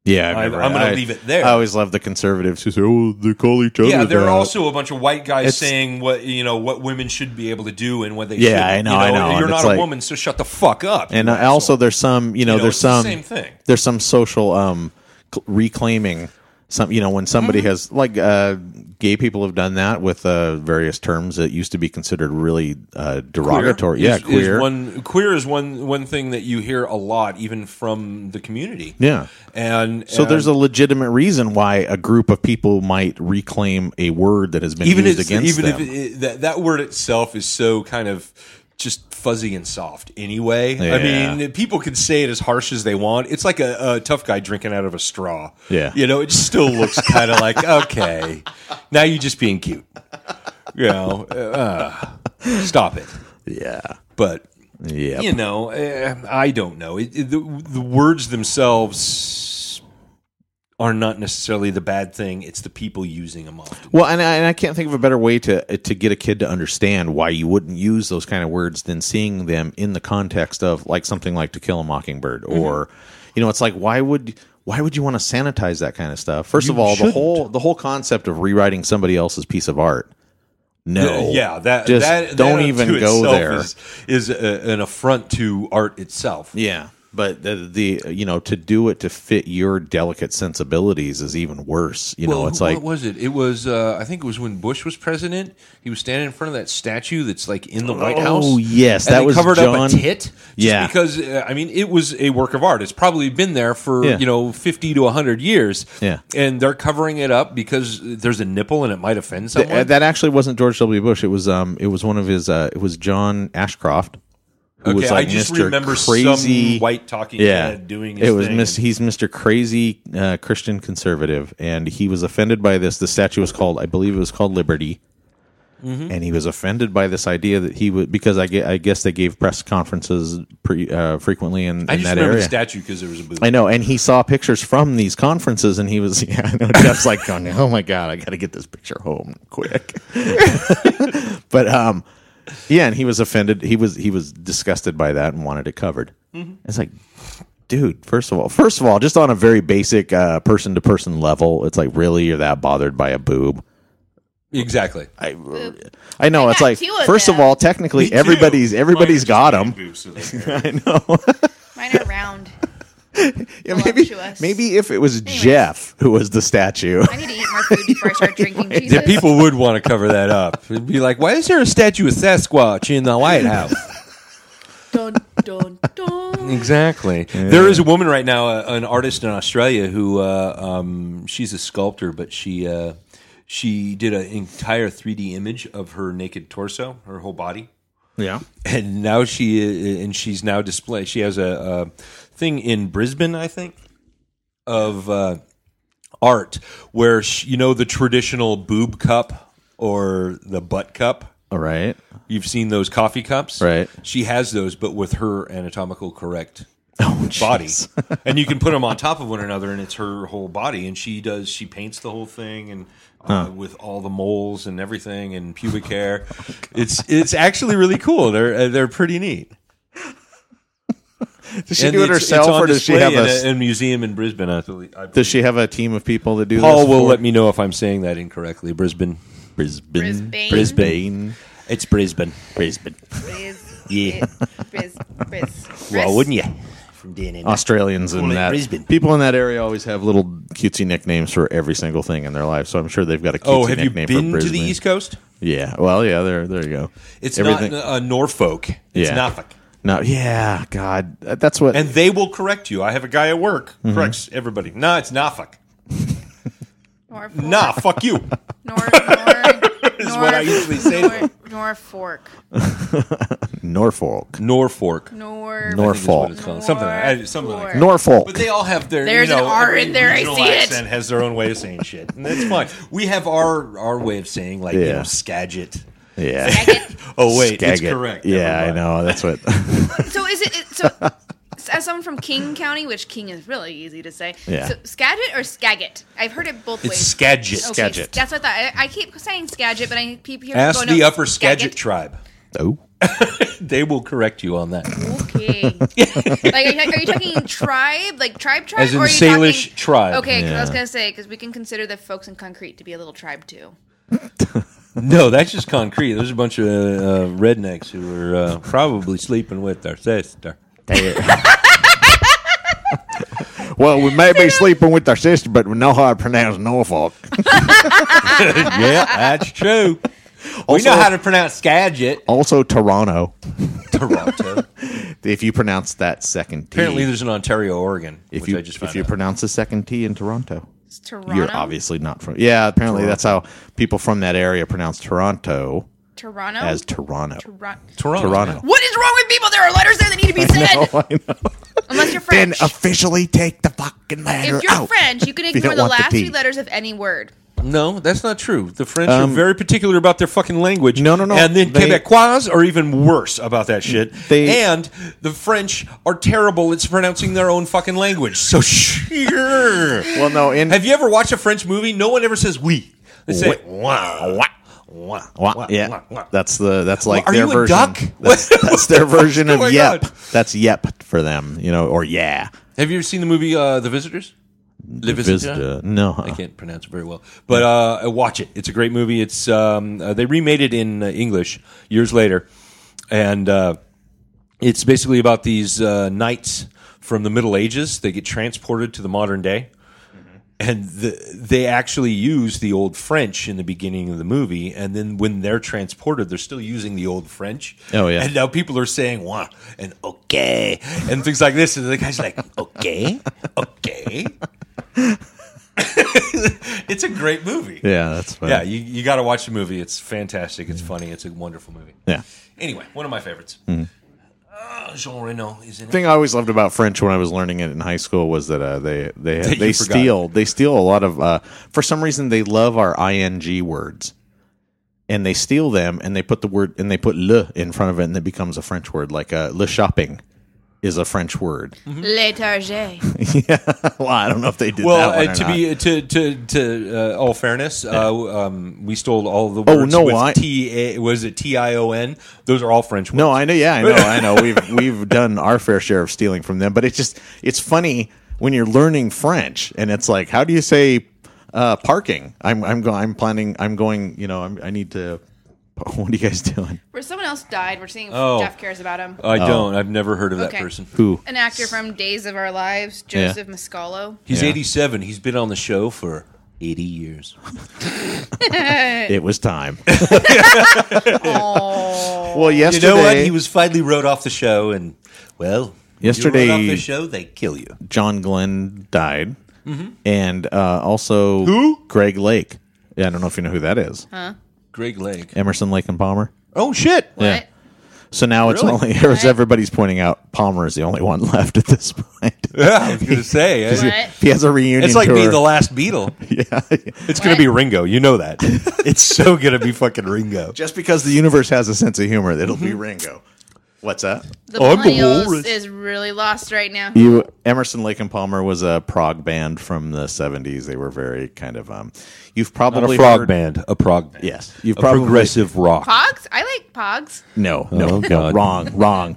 Yeah, I- I'm gonna I- leave it there. I always love the conservatives who say, "Oh, they call each other." yeah, there that." are also a bunch of white guys It's- saying what you know what women should be able to do and what they Yeah, shouldn't. I know, You I know, and You're it's not a like- woman, so shut the fuck up. and you uh, also asshole. there's some you know, You know, there's it's the some same thing. there's some social um cl- reclaiming some you know when somebody Mm-hmm. has like uh gay people have done that with uh various terms that used to be considered really uh derogatory yeah is- is queer one queer is one one thing that you hear a lot, even from the community. yeah and uh, so and there's a legitimate reason why a group of people might reclaim a word that has been even used it's- against even them if it, that that word itself is so kind of just fuzzy and soft anyway. Yeah. I mean, people can say it as harsh as they want. It's like a, a tough guy drinking out of a straw. Yeah. you know, it just still looks kind of like okay, now you're just being cute. You know, uh, stop it. yeah But yeah you know, eh, I don't know. It, it, the, the words themselves are not necessarily the bad thing. It's the people using them often. Well, and I, and I can't think of a better way to to get a kid to understand why you wouldn't use those kind of words than seeing them in the context of like something like To Kill a Mockingbird, Mm-hmm. or you know, it's like why would why would you want to sanitize that kind of stuff? First of all, shouldn't. the whole the whole concept of rewriting somebody else's piece of art. No, Yeah, that just that, don't that even to go itself there. is, is a, an affront to art itself. yeah, but the, the you know to do it to fit your delicate sensibilities is even worse. You know, Well, it's who- like what was it? It was uh, I think it was when Bush was president. He was standing in front of that statue that's like in the White Oh, House. yes, and that they was covered John- up a tit. Just Yeah. because uh, I mean it was a work of art. It's probably been there for Yeah. you know fifty to hundred years. Yeah. and they're covering it up because there's a nipple and it might offend Th- someone. Uh, that actually wasn't George W. Bush. It was um, it was one of his. Uh, it was John Ashcroft. Who okay, was like I just Mr. remember crazy some white talking yeah, head doing his it was thing. Miss. He's Mr. Crazy uh, Christian conservative, and he was offended by this. The statue was called, I believe, it was called Liberty, Mm-hmm. and he was offended by this idea that he would because I, ge- I guess they gave press conferences pre, uh, frequently in, in I just that remember area. the statue because there was a booth. I know, and he saw pictures from these conferences, and he was, yeah, I know. Jeff's like, going, oh my god, I got to get this picture home quick. but um, yeah, and he was offended. He was he was disgusted by that and wanted it covered. Mm-hmm. It's like, dude, first of all, first of all, just on a very basic person to person level, it's like, really, you're that bothered by a boob? Exactly. I know. I got it's like, two of first of them. all, technically, everybody's everybody's got them. I know. Mine are round. Yeah, maybe Voluptuous. maybe if it was Jeff who was the statue. I need to eat more food before I start drinking. Jesus. Yeah, people would want to cover that up. It'd be like, why is there a statue of Sasquatch in the White House? Dun, dun, dun. exactly. There is a woman right now, uh, an artist in Australia, who uh, um, she's a sculptor, but she uh, she did an entire 3D image of her naked torso, her whole body, Yeah. and now she uh, and she's now display. She has a, uh thing in Brisbane, I think, of. Uh, art where sh you know the traditional boob cup or the butt cup All right. You've seen those coffee cups, Right. She has those, but with her anatomical correct Oh, body, and you can put them on top of one another, and it's her whole body. And she does, she paints the whole thing, and uh, with all the moles and everything, and pubic hair. Oh, it's it's actually really cool. They're uh, they're pretty neat. Does she And do it it's- it's herself, on or does she display have in a? in museum in Brisbane? I believe. I does she have a team of people that do this? Paul will for- let me know if I'm saying that incorrectly. Brisbane, Brisbane. Brisbane. Brisbane. it's Brisbane. Brisbane. Briz, Yeah. briz, briz, Well, briz. wouldn't you? From DNA. Australians in Call it that Brisbane. people in that area always have little cutesy nicknames for every single thing in their life. So I'm sure they've got a cutesy Oh, have you nickname for been to Brisbane. the East Coast? Yeah. Well, yeah. There, there you go. It's Everything- not uh, Norfolk. It's Yeah. Norfolk. No. Yeah. God, that- that's what. And they will correct you. I have a guy at work Mm-hmm. corrects everybody. No, it's Norfolk. Nor, Nah, fuck you. nor, nor, is what I usually say. to them. Nor, Norfolk. Norfolk. Norfolk. Nor. Norfolk. What it's called. Something, like- I- something like that. Norfolk. But they all have their. There's you know, an R every in there, I regional see it. accent Has their own way of saying shit, and that's fine. We have our our way of saying like you Yeah. know, Skagit. Yeah. Oh wait, it's Skagit. correct. Yeah, Never I mind. know. That's what. So is it, it so? As someone from King County, which King is really easy to say, Yeah. so Skagit or Skagit? I've heard it both It's ways. Skagit. Okay, Skagit. That's what I thought. I, I keep saying Skagit, but I keep hearing Ask going, the no, Upper Skagit tribe. oh. They will correct you on that. Okay. like, are you, are you talking tribe, like tribe tribe, As in or are you Salish talking, tribe. Okay, 'cause I was Yeah. gonna say because we can consider the folks in concrete to be a little tribe too. No, that's just concrete. There's a bunch of uh, rednecks who were uh, probably sleeping with their sister. Well, we may be sleeping with our sister, but we know how to pronounce Norfolk. yeah, that's true. we Also- know how to pronounce Skagit. Also, Toronto. Toronto. If you pronounce that second T. Apparently, there's an Ontario, Oregon, if which you I just found if you out. pronounce the second T in Toronto, It's Toronto. you're obviously not from. Yeah, apparently that's how people from that area pronounce Toronto Toronto. as Toronto. Toron- Toronto. Toronto. Oh, what is wrong with people? There are letters there that need to be said. Unless you're Then French. officially take the fucking letter if you're out. French, you can you ignore don't the want the last T. three letters of any word. No, that's not true. The French Um, are very particular about their fucking language. No, no, no. And then They- Quebecois are even worse about that shit. They- and the French are terrible at pronouncing their own fucking language. So sure. Well, no, in Have you ever watched a French movie? No one ever says we. They say wah, wah, wah, Wha- wah, yeah, wah, wah. that's the that's like Are their you a version. duck? That's, What- Oh that's their version of going yep. on? That's yep for them, you know, or yeah. Have you ever seen the movie uh, The Visitors? The Visitor. No, uh, I can't pronounce it very well, but uh, watch it. It's a great movie. It's um, uh, they remade it in uh, English years later, and uh, it's basically about these uh, knights from the Middle Ages. They get transported to the modern day, Mm-hmm. and the, they actually use the old French in the beginning of the movie. And then when they're transported, they're still using the old French. Oh, yeah. And now people are saying "wah" and "okay" and things like this, and the guy's like "okay, okay." it's a great movie. Yeah, that's fine. Yeah, you, you got to watch the movie. It's fantastic. It's funny. It's a wonderful movie. yeah. Anyway, one of my favorites. Hmm. Uh, Jean Reno is in The it. thing I always loved about French when I was learning it in high school was that uh, they they you they forgot. steal they steal a lot of uh, for some reason they love our ing words. And they steal them and they put the word and they put le in front of it and it becomes a French word like uh, le shopping is a French word. Le Target. well, I don't know if they did Well, that one uh, or to not. be to to to uh, all fairness, uh, um, we stole all the Oh, words no, with I- T A was it T I O N? Those are all French words. No, I know. Yeah, I know. I know. We've we've done our fair share of stealing from them, but it's just it's funny when you're learning French and it's like, how do you say uh, parking? I'm I'm going. I'm planning. I'm going. You know, I'm, I need to. What are you guys doing? Where someone else died. We're seeing if Oh. Jeff cares about him. I don't. I've never heard of that Okay. person. Oh. Who? An actor from Days of Our Lives, Yeah. Joseph Mascalo. He's Yeah. 87. He's been on the show for 80 years. It was time. Oh. well, You yesterday know what? He was finally wrote off the show, and well, Yesterday- you wrote off the show, they kill you. John Glenn died, and uh, also Mm-hmm. Who? Greg Lake. Yeah, I don't know if you know who that is. Greg Lake. Emerson Lake and Palmer. Oh shit! Yeah. So now it's Really? only as everybody's pointing out, Palmer is the only one left at this point. Yeah, I was gonna say eh? What? If he has a reunion it's like tour. being the last Beatle. yeah. It's gonna What? be Ringo. You know that. it's so gonna be fucking Ringo. Just because the universe has a sense of humor, it'll be Ringo. What's that? The Oh, I'm a millennials walrus. is really lost right now. You Emerson Lake and Palmer was a prog band from the seventies. They were very kind of um you've probably heard- band, a prog band. Yes. You've probably rock. Pogs? I like Pogs. No, no, Oh, no God. wrong, wrong.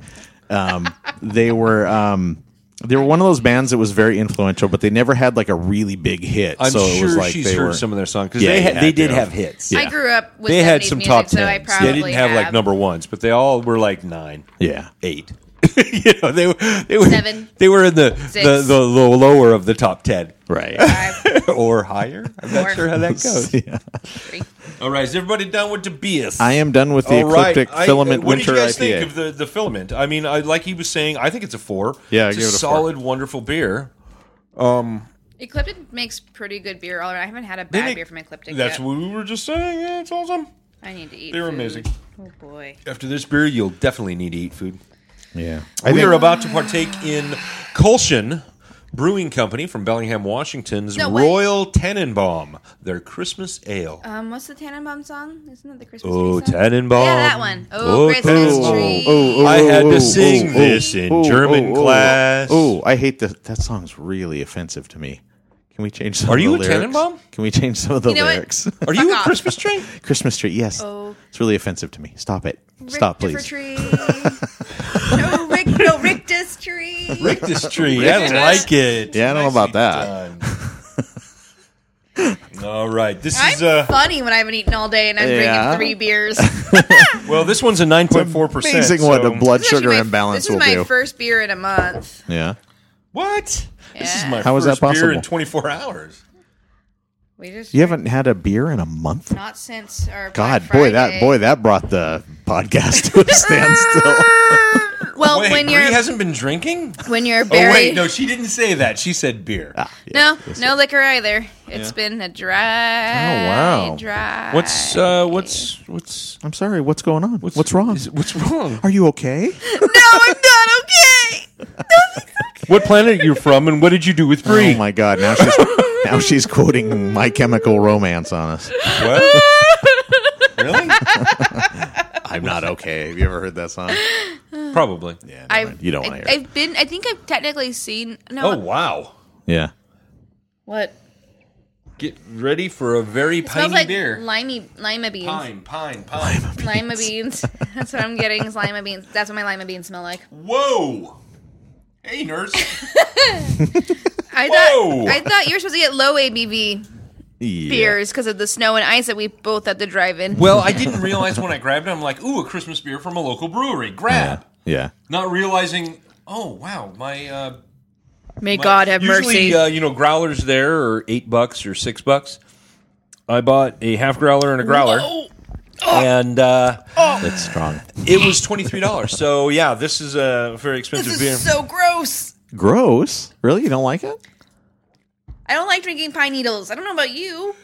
Um they were um they were one of those bands that was very influential, but they never had like a really big hit. I'm so it sure was like she's they heard were, some of their songs because Yeah, they you had, had they did to. have hits. I grew up with They had 70s some music, top so I tens. probably they didn't have, like number ones, but they all were like nine, Yeah. eight. you know, they were they were Seven. they were in the the, Six. the the lower of the top ten Right. five, or higher. I'm not Four. sure how that goes. Yeah. three. All right, is everybody done with the beers? I am done with the All right. ecliptic I- uh, filament what winter did you guys IPA. think of the, the filament? I mean, I, like he was saying, I think it's a four. Yeah, I it's give it a a four. solid, wonderful beer. Ecliptic makes pretty good beer all around. I haven't had a They bad make- beer from Ecliptic That's yet. what we were just saying. Yeah, it's awesome. I need to eat. They were food. amazing. Oh boy. After this beer, you'll definitely need to eat food. Yeah. we are about to partake in Colson Brewing Company from Bellingham, Washington's No way. Royal Tannenbaum, their Christmas ale. Um, what's the Tannenbaum song? Isn't it the Christmas Oh, tree song? Tannenbaum. Yeah, that one. Oh, Christmas Tannenbaum. tree. oh, I had oh, to sing oh, this in German class. Oh, I hate that. That song's really offensive to me. Can we change some Are of the you a lyrics? Tannenbaum? Can we change some of the You know what? lyrics? Are you Fuck a off. Christmas tree? Christmas tree, yes. Oh. It's really offensive to me. Stop it. Rick Stop, Differ please. Tree. no, Rick, no, Rictus tree. This tree. I like it. Yeah, I don't know about that. All right. This I'm is uh funny when I haven't eaten all day and I'm Yeah. drinking three beers. This well, this one's a 9.4%. Amazing what a so- blood is sugar actually my- imbalance This is will my do. first beer in a month. yeah. What? This is Yeah. my How is first that beer in possible? 24 hours. We just You haven't had a beer in a month? not since our God, Black boy, that Friday. boy, that brought the podcast to a standstill. Well, Wait, when Bree you're hasn't been drinking? when you're Oh, buried, wait. No, she didn't say that. She said beer. Uh, no, no liquor either. It's been a dry, Oh, wow. dry. What's uh, what's what's I'm sorry. What's going on? What's, wrong? is- what's wrong? Are you okay? no? I'm not okay. What planet you're from, and what did you do with Oh my God! Now she's now she's quoting My Chemical Romance on us. What? really? I'm not okay. Have you ever heard that song? Probably. Yeah, never mind. I've, you don't want I- to hear. it. I've been. I think I've technically seen. No. Oh wow! Yeah, What? Get ready for a very It piney smells like beer. limey lima beans. Pine, pine, pine. Lima beans. That's what I'm getting. Is lima beans. That's what my lima beans smell like. Whoa! Hey, nurse. I thought. Whoa! I thought you were supposed to get low ABV beers because of the snow and ice that we both had to drive in. Well, I didn't realize when I grabbed it. I'm like, ooh, a Christmas beer from a local brewery. Grab. Yeah. Not realizing. Oh wow, my. Uh, May God have usually, mercy. uh, you know, growlers there are eight bucks or six bucks. I bought a half growler and a growler, and uh, Oh. That's strong. it was twenty three dollars. so yeah, this is a very expensive this beer. is so gross. Gross. Really? You don't like it? I don't like drinking pine needles. I don't know about you.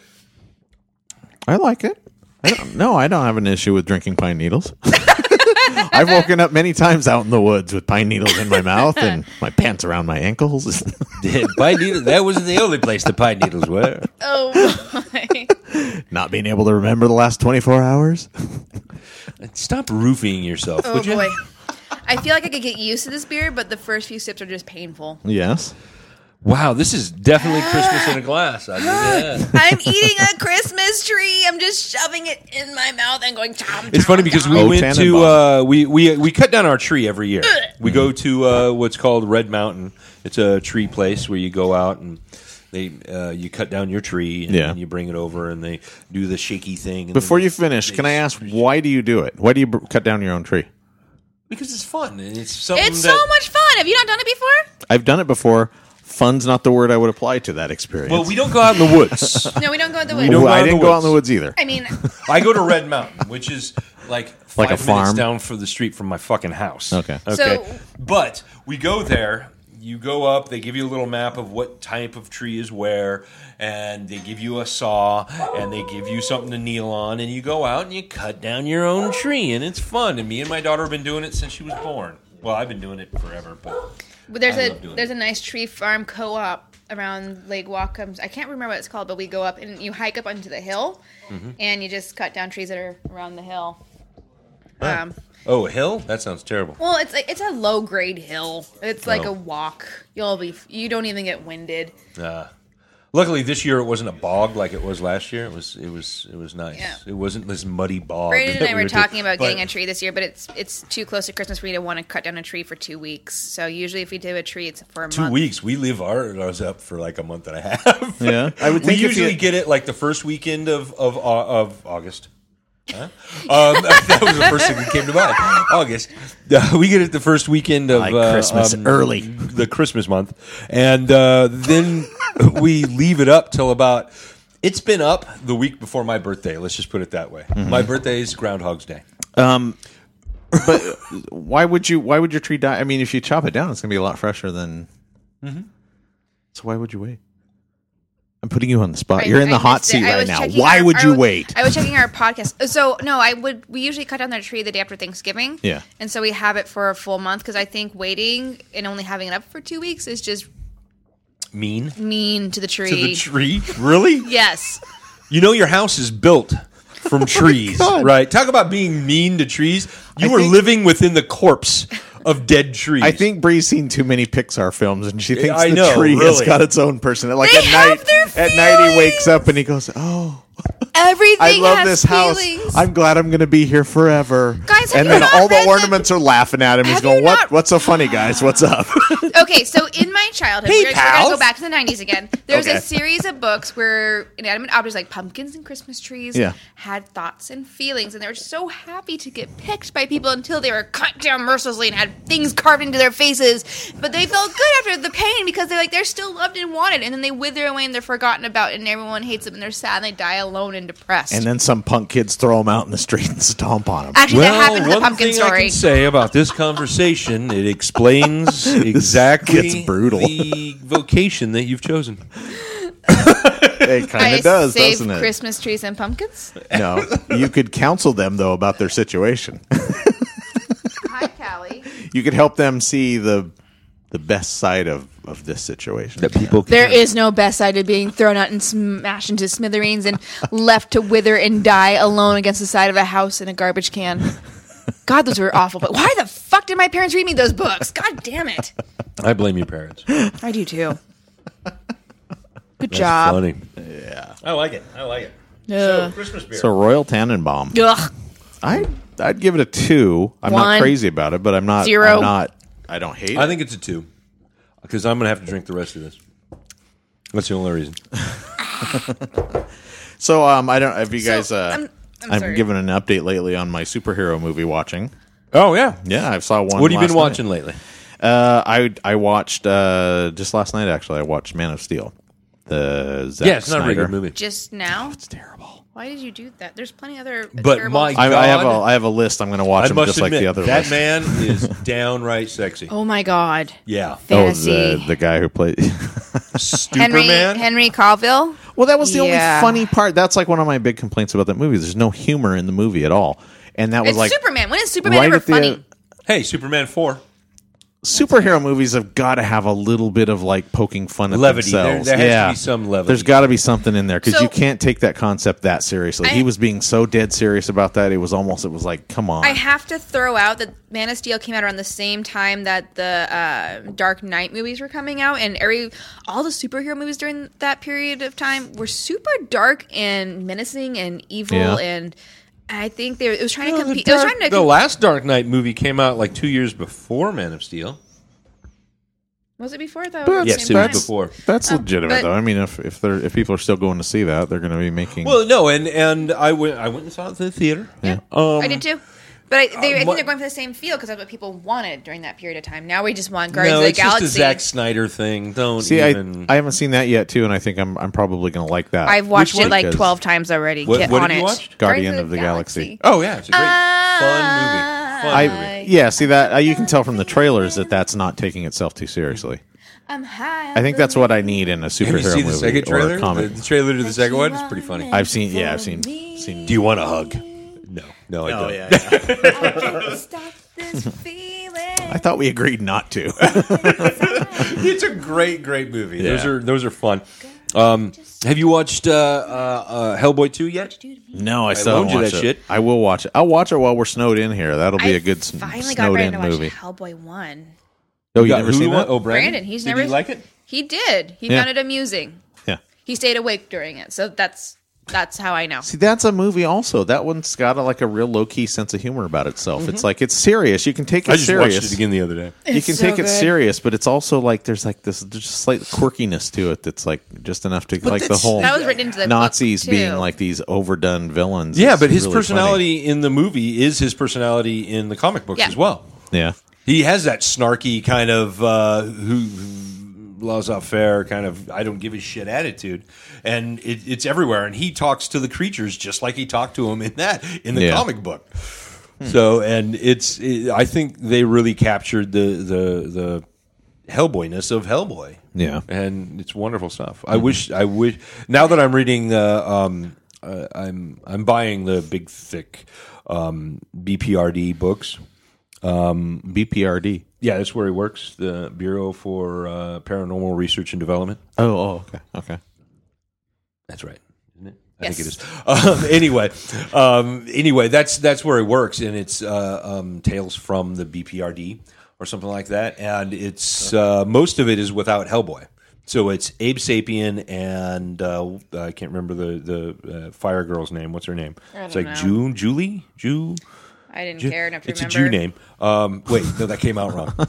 I like it. I don't, no, I don't have an issue with drinking pine needles. I've woken up many times out in the woods with pine needles in my mouth and my pants around my ankles. pine needles. That was the only place the pine needles were. Oh my. Not being able to remember the last 24 hours. Stop roofing yourself, Oh would you? boy. I feel like I could get used to this beer, but the first few sips are just painful. Yes. Wow, this is definitely Christmas in a glass. I mean, yeah. I'm eating a Christmas tree. I'm just shoving it in my mouth and going chomp. It's chomp, funny because we Oh, went to Tannenbaum. uh, we we we cut down our tree every year. We go to uh, what's called Red Mountain. It's a tree place where you go out and they uh, you cut down your tree and Yeah. you bring it over and they do the shaky thing. And Before then- you finish, can I ask why do you do it? Why do you br- cut down your own tree? because it's fun and it's something It's that, so much fun. Have you not done it before? I've done it before. Fun's not the word I would apply to that experience. Well, we don't go out in the woods. No, we don't go to the Ooh, woods. don't- go out I in the didn't go out in woods. the woods either. I mean, I go to Red Mountain, which is like five Like a minutes farm? down for the street from my fucking house. Okay. Okay. So- but we go there. You go up. They give you a little map of what type of tree is where, and they give you a saw, and they give you something to kneel on, and you go out and you cut down your own tree, and it's fun. And me and my daughter have been doing it since she was born. Well, I've been doing it forever, but there's I a love doing there's a nice tree farm co-op around Lake Whatcom. I can't remember what it's called, but we go up and you hike up onto the hill, Mm-hmm. and you just cut down trees that are around the hill. Um, oh, a hill? That sounds terrible. well, it's like it's a low grade hill. It's like Oh. a walk. You'll be you don't even get winded. Uh, luckily, this year it wasn't a bog like it was last year. It was it was it was nice. Yeah. It wasn't this muddy bog. Brandon and that I we were doing. talking about But- getting a tree this year, but it's it's too close to Christmas for me to want to cut down a tree for two weeks. So usually, if we do a tree, it's for a Two month. weeks. We leave ours up for like a month and a half. Yeah. I would we think if usually you- get it like the first weekend of of, au- of August. Huh? Um, that was the first thing that came to mind. August. Uh, we get it the first weekend of Like uh, Christmas early. the Christmas month, and uh, then we leave it up till about. It's been up the week before my birthday. Let's just put it that way. Mm-hmm. My birthday is Groundhog's Day. Why would you? Why would your tree die? I mean, if you Mm-hmm. chop it down, it's going to be a lot fresher than. So why would you wait? I I'm putting you on the spot. I- You're in I the hot missed it. seat I right was now. checking Why our- would our- you wait? I was checking our podcast. So no, I would. We usually cut down the tree the day after Thanksgiving. Yeah. and so we have it for a full month because I think waiting and only having it up for two weeks is just Mean mean to the tree. to the tree? Really? Yes. You know your house is built from trees, Oh God. right? Talk about being mean to trees. You I were think- living within the corpse of dead trees. I think Bree's seen too many Pixar films, and she thinks I the know, tree has really. got its own person. Like They at have night, their at night he wakes up and he goes, "Oh, Everything I love has this feelings. house. I'm glad I'm going to be here forever." Guys, have and you then not all the read the- ornaments are laughing at him. He's Have going, you "What? not- What's so funny, guys? What's up?" okay, so in my childhood, Hey, we're, we're gonna pals. go back to the '90s again. There was Okay. a series of books where inanimate objects like pumpkins and Christmas trees Yeah. had thoughts and feelings, and they were so happy to get picked by people until they were cut down mercilessly and had things carved into their faces. But they felt good after the pain because they are like they're still loved and wanted, and then they wither away and they're forgotten about, and everyone hates them, and they're sad, and they die alone and depressed. and then some punk kids throw him out in the street and stomp on him. Actually, well, that happened in the one pumpkin thing I story. can say about this conversation, it explains exactly gets brutal. the vocation that you've chosen. It kind I of does, save doesn't it? Christmas trees and pumpkins. No, you could counsel them though about their situation. Hi, Callie. You could help them see the the best side of of this situation. That people can There is no best side to being thrown out and smashed into smithereens and left to wither and die alone against the side of a house in a garbage can. God, those were awful. But why the fuck did my parents read me those books? God damn it. I blame your parents. I do too. Good That's job. funny. Yeah. I like it. I like it. Oh, Ugh. Christmas beer. So Royal Tannenbaum. Ugh. I I'd give it a two. I'm not One. crazy about it, but I'm not Zero. I'm not. I don't hate. I it. think it's a two because I'm going to have to drink the rest of this. That's the only reason. So um, I don't. Have you guys? Uh, I'm- I'm I've sorry. given an update lately on my superhero movie watching. Oh yeah. Yeah, I saw one. What have you last been night. watching lately? Uh, I I watched uh, just last night. Actually, I watched Man of Steel. The Zack yeah, it's not a very Snyder. good movie. Just now? It's terrible. Why did you do that? There's plenty other But terrible- my- I, I have a God. I have a list. I'm going to watch I them must just admit, like the other that list. man is downright sexy. Oh my god. Yeah. oh, Fantasy. the the guy who played. Henry Superman. Henry Cavill? well, that was the Yeah. only funny part. That's like one of my big complaints about that movie. There's no humor in the movie at all, and that was It's like Superman. When is Superman right ever at the- funny? Hey, Superman 4. superhero movies have got to have a little bit of like poking fun at Levity. There- themselves. there has to yeah. be some levity. There's got to be something in there because So- you can't take that concept that seriously. I- he was being so dead serious about that. It was almost it was like, come on. I have to throw out that Man of Steel came out around the same time that the uh, Dark Knight movies were coming out, and every all the superhero movies during that period of time were super dark and menacing and evil, Yeah. and I think they were, it was Oh, trying to Oh, the, compete. It was trying to. the last Dark Knight movie came out like two years before Man of Steel. was it before though? But- Yes, Same it was time. before. That's legitimate Um, but- though. I mean, if if they're if people are still going to see that, they're going to be making. Well, no, and and I went I went and saw it in the theater. Yeah, Um, I did too. But I, they, I what- uh, think they're going for the same feel because that's what people wanted during that period of time. Now we just want Guardians no, of the it's just a Galaxy. Zack Snyder thing. Don't see, I, even. I haven't seen that yet too, and I think I'm I'm probably going to like that. I've watched Which it like because twelve times already. What- Get what on have you it. watched? Guardian of the Galaxy. oh yeah, it's a great Uh, fun movie. Fun I movie. yeah, see that uh, you can tell from the trailers that that's not taking itself too seriously. I'm high. I think that's what I need in a Have superhero you seen the movie second or a trailer? The, comic. the trailer to the second one is pretty funny. I've seen yeah, I've seen seen Oh, Do you want a hug? No, no, I don't. Stop this feeling. I thought we agreed not to. it's a great, great movie. Those Yeah. are those are fun. Um, have you watched uh, uh, uh, Hellboy two yet? no, I still loaned haven't you watched that it. shit. I will watch it. I'll watch it while we're snowed in here. That'll be a good s- Finally got snowed in Brandon to watch movie. Hellboy one. Oh, you got- never who seen wa- that? Oh, Brandon. Brandon, he's Did never you like it. He did. He Yeah. found it amusing. Yeah. He stayed awake during it, so that's that's how I know. See, that's a movie. Also, that one's got a, like a real low key sense of humor about itself. Mm-hmm. It's like it's serious. You can take it I just serious. watched it again the other day. You can so take it good. serious, but it's also like there's like this there's just slight quirkiness to it that's like just enough to like the that's- whole That was written into the book, Nazis too. being like these overdone villains. Yeah, is but his really funny. personality in the movie is his personality in the comic books Yeah. as well. Yeah. He has that snarky kind of uh, who laissez faire kind of I don't give a shit attitude, and it, it's everywhere. And he talks to the creatures just like he talked to them in that in the Yeah. Hmm. comic book. So, and it's it, I think they really captured the the the Hellboyness of Hellboy. Yeah. and it's wonderful stuff. I wish, I wish. Now that I'm reading, uh, um, uh, I'm I'm buying the big thick um, BPRD books. BPRD. Yeah, that's where he works, the Bureau for uh, Paranormal Research and Development. Oh, oh, okay, okay. That's right, isn't it? I Yes. think it is. Um, anyway, um, anyway, that's that's where it works, and it's uh, um, tales from the BPRD or something like that, and it's uh, most of it is without Hellboy. So it's Abe Sapien and uh, I can't remember the the uh, fire girl's name. What's her name? I It's don't like know. June, Julie, Jew. I didn't Ju- care enough to it's remember. a Jew name. Um, wait, no, that came out wrong.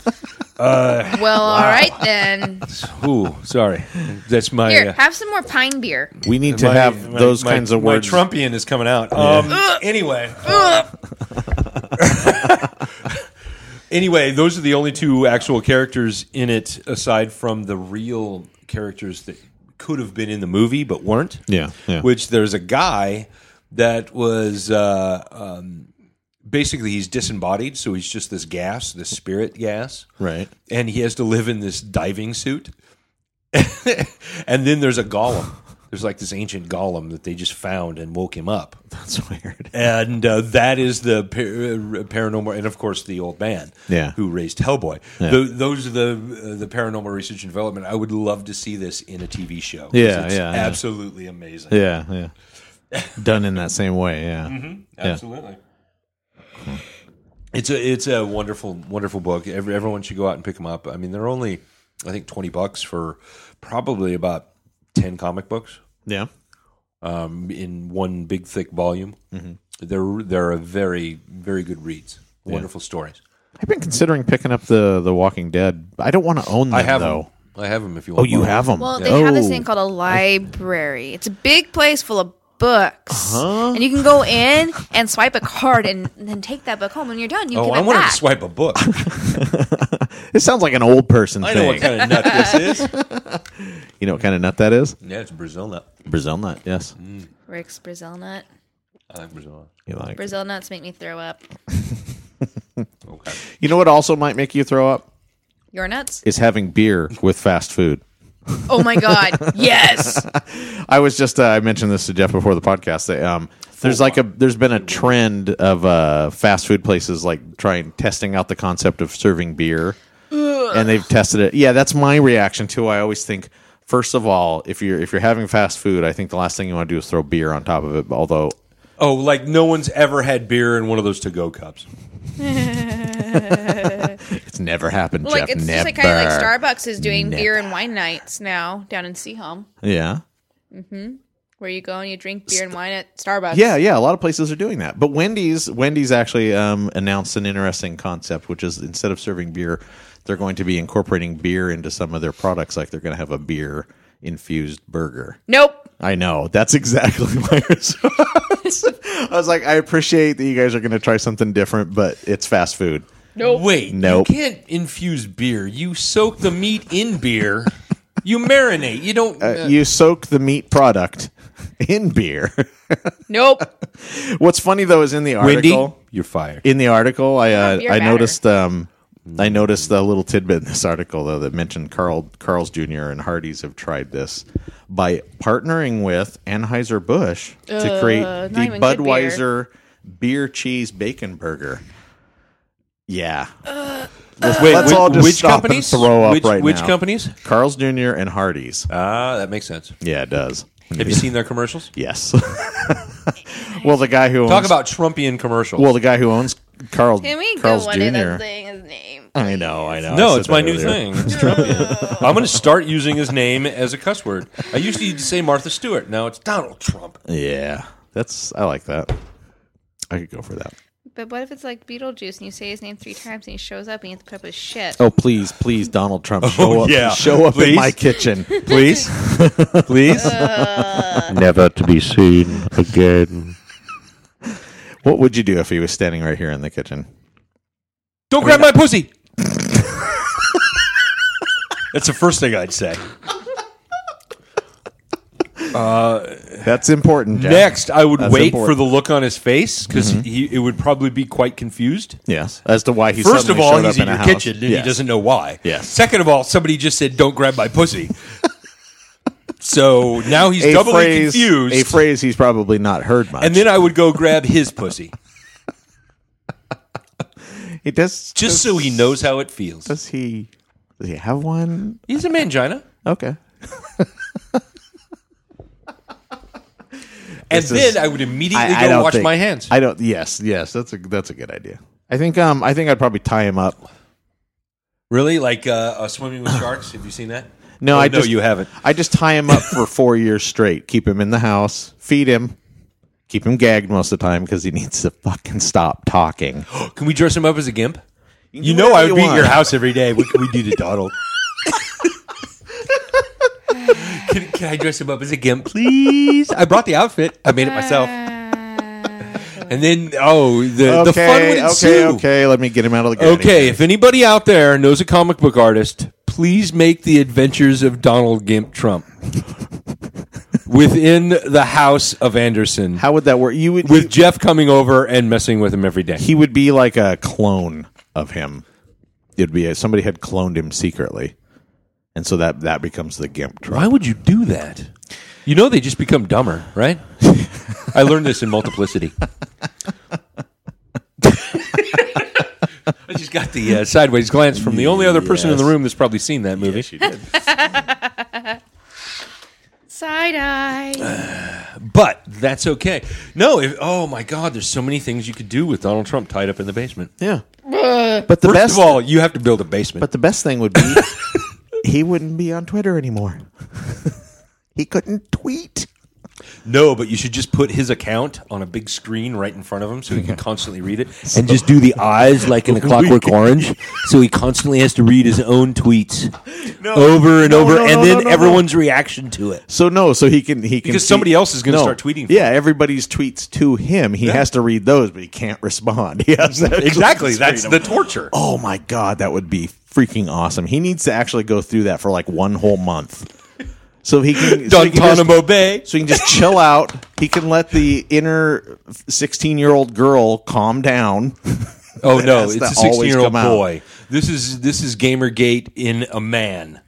Well, all right then. Oh, Ooh, sorry. That's my. Here, uh, have some more pine beer. We need to my- have my- those my- kinds of my words. Trumpian is coming out. Um, anyway, anyway, those are the only two actual characters in it, aside from the real characters that could have been in the movie but weren't. Yeah, yeah. Which there's a guy that was uh, um, basically he's disembodied, so he's just this gas, this spirit gas, Right. and he has to live in this diving suit. and then there's a golem. There's like this ancient golem that they just found and woke him up That's weird. and uh, that is the par- uh, paranormal, and of course the old man, Yeah. who raised Hellboy. Tho- those are the uh, the paranormal research and development. I would love to see this in a TV show. 'cause Yeah, it's yeah, yeah. absolutely amazing. Yeah, yeah. Done in that same way. Yeah. Mm-hmm. Absolutely. It's a it's a wonderful wonderful book. Every, everyone should go out and pick them up. I mean, they're only I think twenty bucks for probably about ten comic books. Yeah. um, in one big thick volume. Mm-hmm. They're they're a very very good reads. Wonderful stories. I've been considering picking up the the Walking Dead. I don't want to own them I have though. them. I have them if you Oh, want. you mine. have Oh, them. Well, they have Oh, this thing called a library. It's a big place full of books, Uh-huh. and you can go in and swipe a card, and then take that book home. When you're done, you Oh, give I it wanted back. to swipe a book. It sounds like an old person I thing. know what kind of nut this is. you know what kind of nut that is? Yeah, it's Brazil nut. Brazil nut. Yes. Mm. Rick's Brazil nut. I like Brazil nut. You like? Brazil nuts make me throw up. Okay. You know what also might make you throw up Your nuts? is having beer with fast food. Oh my god! yes. I was just uh, I mentioned this to Jeff before the podcast. That, um, there's like a there's been a trend of uh, fast food places like trying testing out the concept of serving beer, and they've tested it. Yeah, that's my reaction too. I always think first of all, if you're if you're having fast food, I think the last thing you want to do is throw beer on top of it. Although Oh, like no one's ever had beer in one of those to-go cups. it's never happened. Well, like Jeff, it's never. just like kind of like Starbucks is doing beer and wine nights now down in Seaholm, yeah. where you go and you drink beer and wine at Starbucks. Yeah, yeah, a lot of places are doing that. But Wendy's, Wendy's actually um, announced an interesting concept, which is instead of serving beer, they're going to be incorporating beer into some of their products. Like they're going to have a beer infused burger. Nope. I know that's exactly my response. I was like, I appreciate that you guys are going to try something different, but it's fast food. Nope. Wait, Nope. you can't infuse beer. You soak the meat in beer. You marinate. You don't. You soak the meat product in beer. Nope. What's funny though is in the Wendy, article. you're fired. in the article i uh, beer i batter. noticed um i noticed a little tidbit in this article though that mentioned carl carl's jr and hardy's have tried this by partnering with anheuser-busch to create Uh, not the even good budweiser beer. cheese bacon burger yeah Uh, Wait, let's all just stop and throw up which, right which now. companies? carl's jr and hardy's Ah, that makes sense. yeah it does Have you seen their commercials? yes well the guy who owns, Talk about Trumpian commercials. well the guy who owns carl Can we carl's go jr under that thing's name? Uh-huh. i know i know I no, said it's my that new earlier. thing. It's Trumpian. I'm going to start using his name as a cuss word. I used to say Martha Stewart. Now it's Donald Trump. Yeah, that's I like that. I could go for that. But what if it's like Beetlejuice and you say his name three times and he shows up and you have to put up with shit? Oh please, please, Donald Trump, show up, Oh, yeah. show up in Please. my kitchen, Please, please. Never to be seen again. what would you do if he was standing right here in the kitchen? Don't grab my pussy. That's the first thing I'd say. Uh, That's important. Jack. Next, I would That's wait for important. Mm-hmm. the look on his face because he it would probably be quite confused. Yes, as to why he First of suddenly all, showed up he's in in, your a house. kitchen and Yes. he doesn't know why. Yes. Second of all, somebody just said, "Don't grab my pussy." so now he's A doubly phrase, confused. a phrase he's probably not heard much. and then I would go grab his pussy he does just so he knows how it feels. Does he? Does he have one? He's a mangina. Okay. And This then is- I would immediately go wash my hands. I don't. Yes, yes. That's a that's a good idea. I think um I think I'd probably tie him up. really? Like uh, uh, swimming with sharks? Have you seen that? No, Oh, I no, just you haven't. I just tie him up for four years straight. Keep him in the house. Feed him. Keep him gagged most of the time because he needs to fucking stop talking. Can we dress him up as a gimp? You, do know I whatever would you be at your want. house every day. What can we do to Donald? can, can I dress him up as a gimp, please? I brought the outfit. I made it myself. And then, oh, the, the fun would Okay, ensue. okay, okay. Let me get him out of the. granny Okay, cage. if anybody out there knows a comic book artist, please make the adventures of Donald Gimp Trump within the house of Anderson How would that work? You would. with Jeff coming over and messing with him every day. he would be like a clone of him. It'd be somebody had cloned him secretly, and so that that becomes the gimp truck. Why would you do that? You know they just become dumber, right? I learned this in multiplicity. I just got the uh, sideways glance from the only other person in the room that's probably seen that movie. Side Uh, eye. But that's okay. No, if, oh my God, there's so many things you could do with Donald Trump tied up in the basement. Yeah, but the First best, of all, you have to build a basement. but the best thing would be he wouldn't be on Twitter anymore. he couldn't tweet. no, but you should just put his account on a big screen right in front of him so he can constantly read it. And just do the eyes like in a clockwork orange so he constantly has to read his own tweets over and No, over no, and no, then no, no, everyone's reaction to it. So no, so he can he can Because see- somebody else is gonna start tweeting for Yeah, everybody's tweets to him. He has to read those, but he can't respond. He has that Exactly. exclusive That's freedom. the torture. Oh my god, that would be freaking awesome. He needs to actually go through that for like one whole month. So he can so he can, just, Guantanamo Bay. so he can just chill out. He can let the inner 16-year-old girl calm down. Oh no, has it's to a always sixteen-year-old come out. boy. This is this is GamerGate in a man.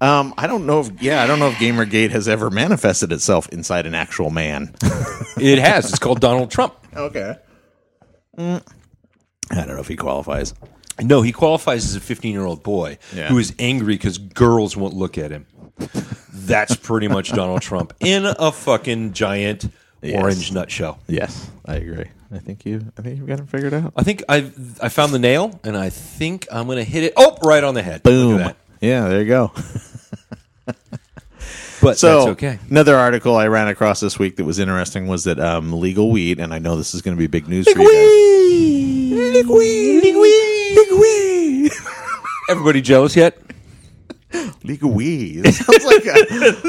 Um I don't know if yeah, I don't know if Gamergate has ever manifested itself inside an actual man. it has. It's called Donald Trump. okay. Mm. I don't know if he qualifies. No, he qualifies as a fifteen-year-old boy Yeah. who is angry because girls won't look at him. That's pretty much Donald Trump in a fucking giant Yes. orange nutshell. Yes, I agree. I think you I think you've got him figured out. I think I I found the nail, and I think I'm gonna hit it. Oh, right on the head. Look at Boom. that. Yeah, there you go. But So that's okay. another article I ran across this week that was interesting was that um, legal weed, and I know this is going to be big news for you Everybody jealous yet? guys. Legal weed. It sounds like a,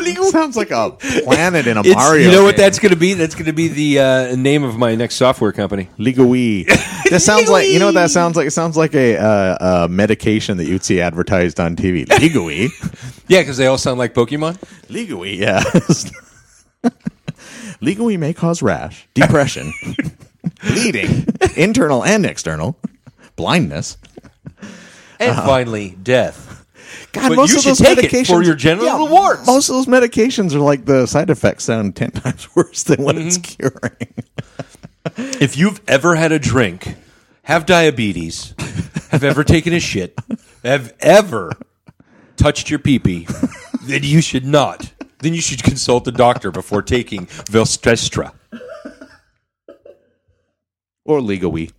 it sounds like a planet in a It's, Mario. you know what game. that's going to be? That's going to be the uh, name of my next software company. legal weed. That sounds like you know what that sounds like. It sounds like a, uh, a medication that you'd see advertised on TV. Legal weed. Yeah, because they all sound like Pokemon. legal weed. Yeah. legal weed may cause rash, depression, bleeding, internal and external, blindness. And finally, death. God, But most you of should those take it medications for your general rewards. Most of those medications are like the side effects sound ten times worse than what it's Mm-hmm. curing. If you've ever had a drink, have diabetes, have ever taken a shit, have ever touched your pee-pee, then you should not. Then you should consult a doctor before taking Velstrestra Or legal weed.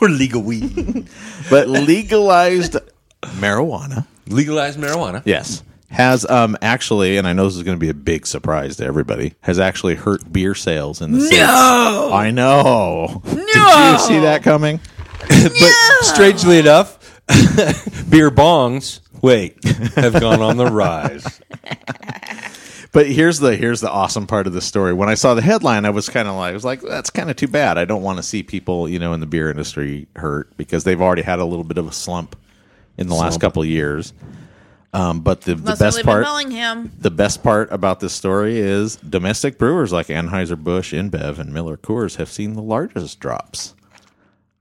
or legal weed. But legalized marijuana. Legalized marijuana. Yes. Has um actually, and I know this is going to be a big surprise to everybody, has actually hurt beer sales in the no! No! I know. No! Did you see that coming? But strangely enough, beer bongs, wait, have gone on the rise. But here's the here's the awesome part of the story. When I saw the headline, I was kind of like, I was like, that's kind of too bad. I don't want to see people, you know, in the beer industry hurt because they've already had a little bit of a slump in the last couple of years. Um, but the, the Must have best lived in part, Bellingham. the best part about this story is domestic brewers like Anheuser-Busch, InBev, and Miller Coors have seen the largest drops.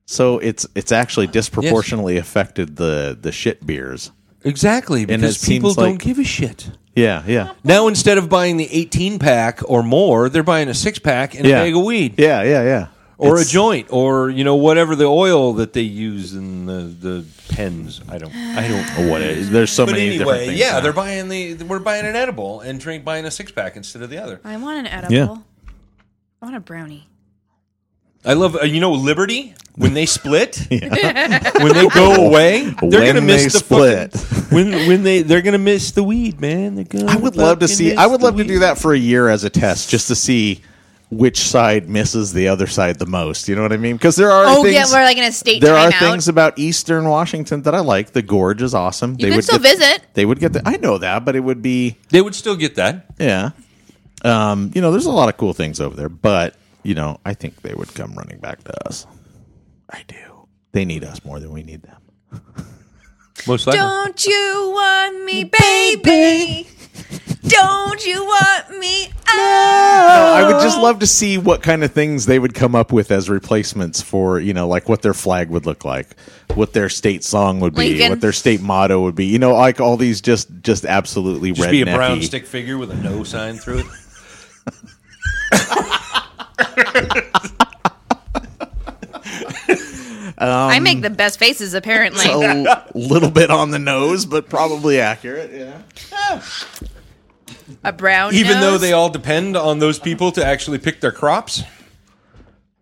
So it's it's actually disproportionately affected the the shit beers. Exactly, because it people seems like- don't give a shit. Yeah, yeah, Now instead of buying the 18 pack or more, they're buying a six pack and yeah. a bag of weed Yeah, yeah, yeah. or a It's- joint or you know whatever the oil that they use in the, the pens. I don't I don't know what it is. There's so But many different anyway, things. yeah, now. they're buying the we're buying an edible and drink buying a six pack instead of the other. I want an edible. Yeah. I want a brownie. I love uh, you know Liberty when they split when they go away they're When gonna miss they the fucking- when when they they're gonna miss the weed man. They're gonna I would love to fucking see. miss I would the love to weed. do that for a year as a test, just to see which side misses the other side the most. You know what I mean? Because there are Oh things, yeah, we're like in a state there are timeout. things about Eastern Washington that I like. The gorge is awesome. you could still get, visit. They would get the. I know that, but it would be They would still get that. yeah. Um, you know, there's a lot of cool things over there, but you know, I think they would come running back to us. I do. They need us more than we need them. Most likely. Don't you want Mm, me, baby? Don't you want me? I would just love to see what kind of things they would come up with as replacements for, you know, like what their flag would look like, what their state song would be, Lincoln. what their state motto would be. You know, like all these just just absolutely Just rednecky. be a brown stick figure with a no sign through it. I Um, make the best faces, apparently. A little bit on the nose, but probably accurate. Yeah. a brown. Even though nose. they all depend on those people to actually pick their crops.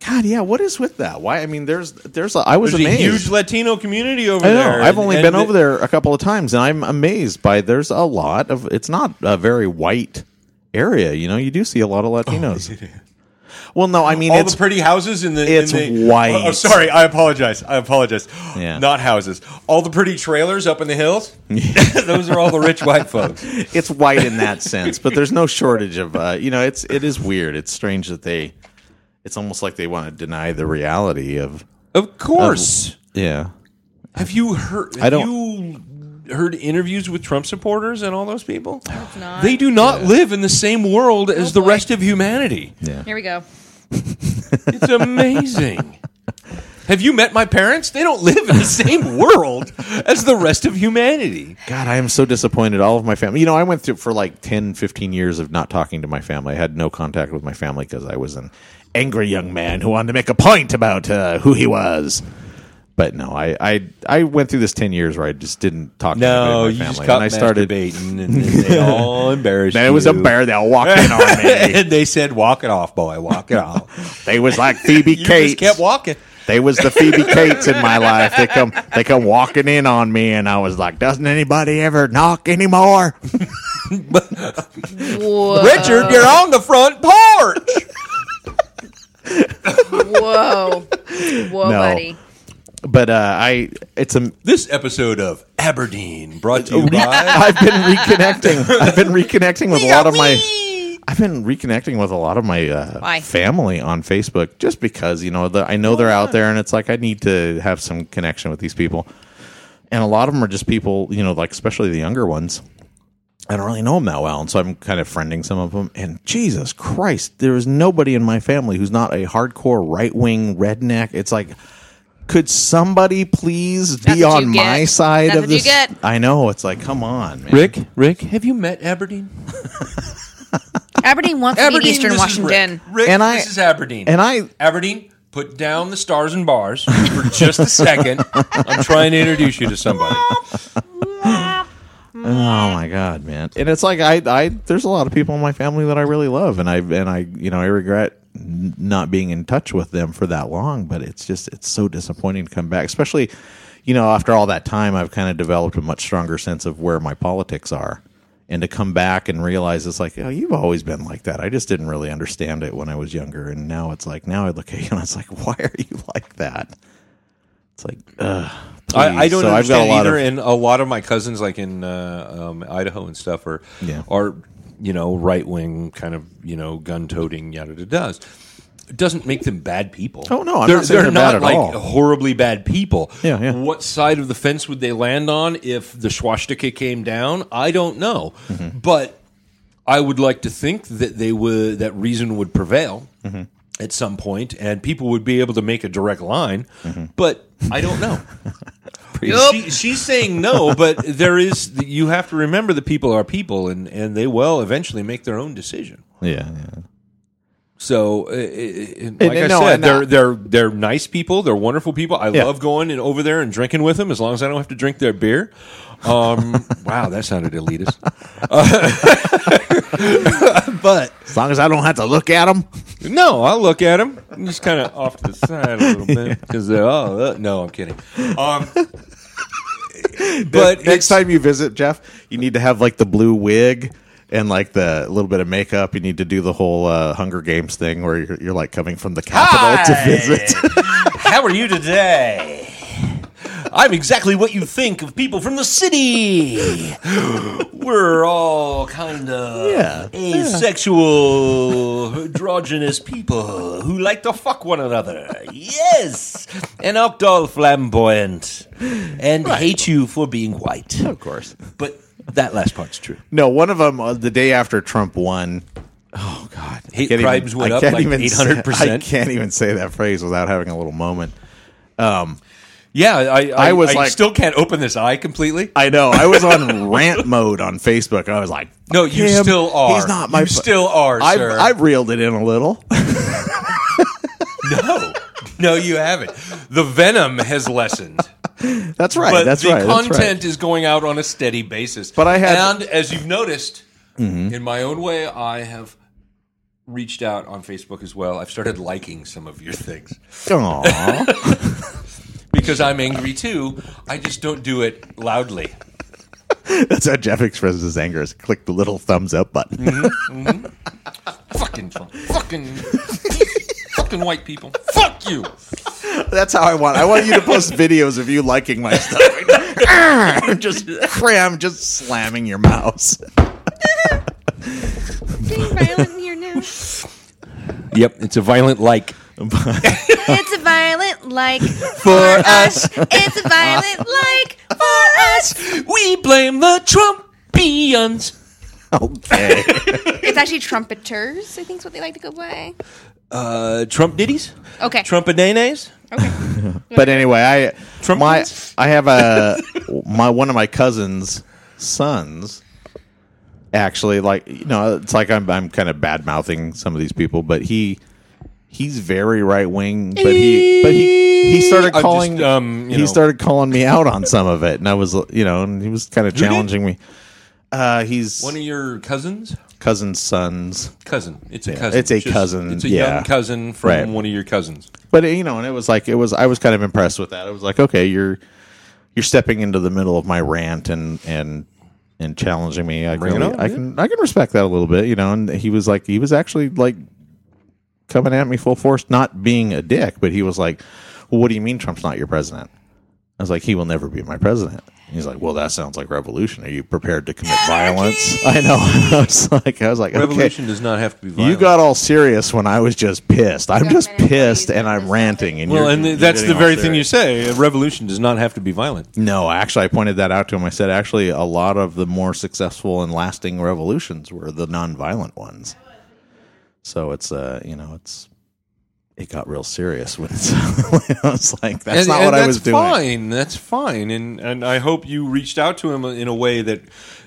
God, yeah. What is with that? Why? I mean, there's there's. A, I was There's a amazed. huge Latino community over I know. there. I've only and- been and over there a couple of times, and I'm amazed by there's a lot of. It's not a very white area, you know. You do see a lot of Latinos. well, no, I mean Oh, All it's the pretty houses in the. in it's the- white. Oh, oh, sorry, I apologize. I apologize. Yeah. Not houses. All the pretty trailers up in the hills. Those are all the rich white folks. it's white in that sense, but there's no shortage of. Uh, you know, it's it is weird. It's strange that they. It's almost like they want to deny the reality of. Of course. Yeah. have you heard? Have Um, I don't- You heard interviews with Trump supporters and all those people? Oh, They do not live in the same world as the boy. rest of humanity. Here we go. It's amazing. Have you met my parents? They don't live in the same world as the rest of humanity. God, I am so disappointed. All of my family. You know, I went through for like 10, 15 years of not talking to my family. I had no contact with my family because I was an angry young man who wanted to make a point about uh, who he was. But no, I, I I went through this 10 years where I just didn't talk to anybody in my family. and I started. baiting, and then they all embarrassed There was a bear that walked in on me. and they said, "Walk it off, boy. Walk it off." They was like Phoebe you just Cates. kept walking. They was the Phoebe Cates in my life. They come they come walking in on me, and I was like, "Doesn't anybody ever knock anymore?" Whoa. Richard, you're on the front porch. Whoa. Whoa, No. buddy. But uh, I, it's a this episode of Aberdeen brought to you by. I've been reconnecting. I've been reconnecting with a lot of my. I've been reconnecting with a lot of my uh, Why? family on Facebook just because you know the, I know they're out there, and it's like I need to have some connection with these people. And a lot of them are just people, you know, like especially the younger ones. I don't really know them that well, and so I'm kind of friending some of them. And Jesus Christ, there is nobody in my family who's not a hardcore right wing redneck. It's like, could somebody please That's be what on you get. my side That's of what you this? get. I know it's like, come on, man. Rick, Rick, have you met Aberdeen? Aberdeen wants to meet Eastern Washington. Rick, Rick And I- this is Aberdeen. And I, Aberdeen, put down the stars and bars for just a second. I'm trying to introduce you to somebody. oh my god, man! And it's like I, I, there's a lot of people in my family that I really love, and I, and I, you know, I regret n- not being in touch with them for that long. But it's just, it's so disappointing to come back, especially, you know, after all that time, I've kind of developed a much stronger sense of where my politics are, and to come back and realize it's like, oh, you've always been like that. I just didn't really understand it when I was younger, and now it's like, now I look at you and it's like, why are you like that? It's like, uh, ugh. I, I please. don't So I've got understand a lot either. of- and a lot of my cousins, like in uh, um, Idaho and stuff, are Yeah. are you know right wing kind of you know gun toting yada da does. doesn't make them bad people. Oh, no, I'm they're, not saying they're they're bad not at like all. horribly bad people. Yeah, yeah. What side of the fence would they land on if the swastika came down? I don't know, Mm-hmm. but I would like to think that they would that reason would prevail Mm-hmm. at some point, and people would be able to make a direct line. Mm-hmm. But I don't know. She, she's saying no, but there is. You have to remember that people are people, and and they will eventually make their own decision. Yeah, yeah. So, uh, uh, uh, like I no, said, and, uh, they're they're they're nice people. They're wonderful people. I Yeah. love going and over there and drinking with them as long as I don't have to drink their beer. Um, wow, that sounded elitist. Uh, but As long as I don't have to look at them. no, I'll look at them. I'm just kind of off to the side a little bit because oh uh, no, I'm kidding. Um, but next it's- time you visit Jeff, you need to have like the blue wig and like the little bit of makeup. You need to do the whole uh, Hunger Games thing where you're, you're like coming from the capital to visit. How are you today? I'm exactly what you think of people from the city. We're all kind of Yeah, asexual, androgynous people who like to fuck one another. Yes, and act all flamboyant and hate you for being white. of course. But that last part's true. No, one of them uh, the day after Trump won. Oh God, Hate Can't even- crimes went I up can't like even say- 800%. I can't even say that phrase without having a little moment. Yeah, I, I, I was I like- still can't open this eye completely. I know. I was on rant mode on Facebook. I was like, No, "Fuck you him. still are. He's not my. You still are, I've, sir. I've reeled it in a little. No, no, you haven't. The venom has lessened, That's right. but that's the right. content That's right. is going out on a steady basis. But I had- Mm-hmm. and as you've noticed, in my own way, I have reached out on Facebook as well. I've started liking some of your things Aw. because I'm angry too. I just don't do it loudly. That's how Jeff expresses his anger is click the little thumbs up button. Fucking Trump. Fucking. Fucking white people. Fuck you. That's how I want. I want you to post videos of you liking my stuff. Ah, just cram, just slamming your mouse. Being violent in here now. Yep, it's a violent like. It's a violent like for us. It's a violent like for us. We blame the Trumpians. Okay. It's actually trumpeters. I think is what they like to go by. Uh, Trump ditties? Okay. Trumpadanes? But anyway, I Trump my wins? I have a my one of my cousins' sons actually like you know it's like I'm I'm kind of bad mouthing some of these people, but he he's very right wing, but he but he he started I'm calling just, um, you he know. started calling me out on some of it, and I was you know and he was kind of did? challenging me. Uh, he's One of your cousins? cousin's sons. Cousin. It's a cousin. it's a cousin, It's a yeah. young cousin from Right. one of your cousins. but you know, and it was like it was. I was kind of impressed with that. It was like, okay, you're you're stepping into the middle of my rant and and and challenging me. I can, it really- on, I yeah. can I can respect that a little bit, you know. And he was like, he was actually like coming at me full force, not being a dick, but he was like, well, what do you mean Trump's not your president? I was like, he will never be my president. He's like, well, that sounds like revolution. Are you prepared to commit violence? I know. I was like, I was like, okay. Revolution does not have to be violent. You got all serious when I was just pissed. I'm just Government pissed employees and I'm versus- ranting. And well, you're- and you're that's getting the all very thing you serious. say. A revolution does not have to be violent. No, actually, I pointed that out to him. I said, actually, a lot of the more successful and lasting revolutions were the nonviolent ones. So it's, uh, you know, it's it got real serious when it's, I was like, that's And- not and what I that's was doing. Fine, that's fine, and and I hope you reached out to him in a way that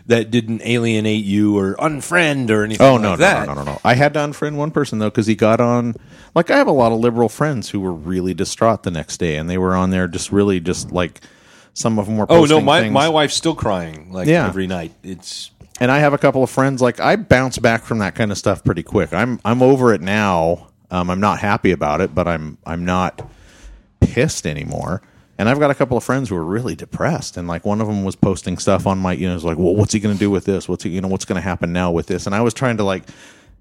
that didn't alienate you or unfriend or anything. Oh like no, no, that. no, no, no, no! I had to unfriend one person though because he got on. Like I have a lot of liberal friends who were really distraught the next day, and they were on there just really just like some of them were. Oh no, posting my things. my wife's still crying like Yeah. every night. It's and I have a couple of friends like I bounce back from that kind of stuff pretty quick. I'm I'm over it now. Um, I'm not happy about it, but I'm I'm not pissed anymore. And I've got a couple of friends who are really depressed, and like one of them was posting stuff on my, you know, it's like, well, what's he going to do with this? What's he, you know, what's going to happen now with this? And I was trying to like,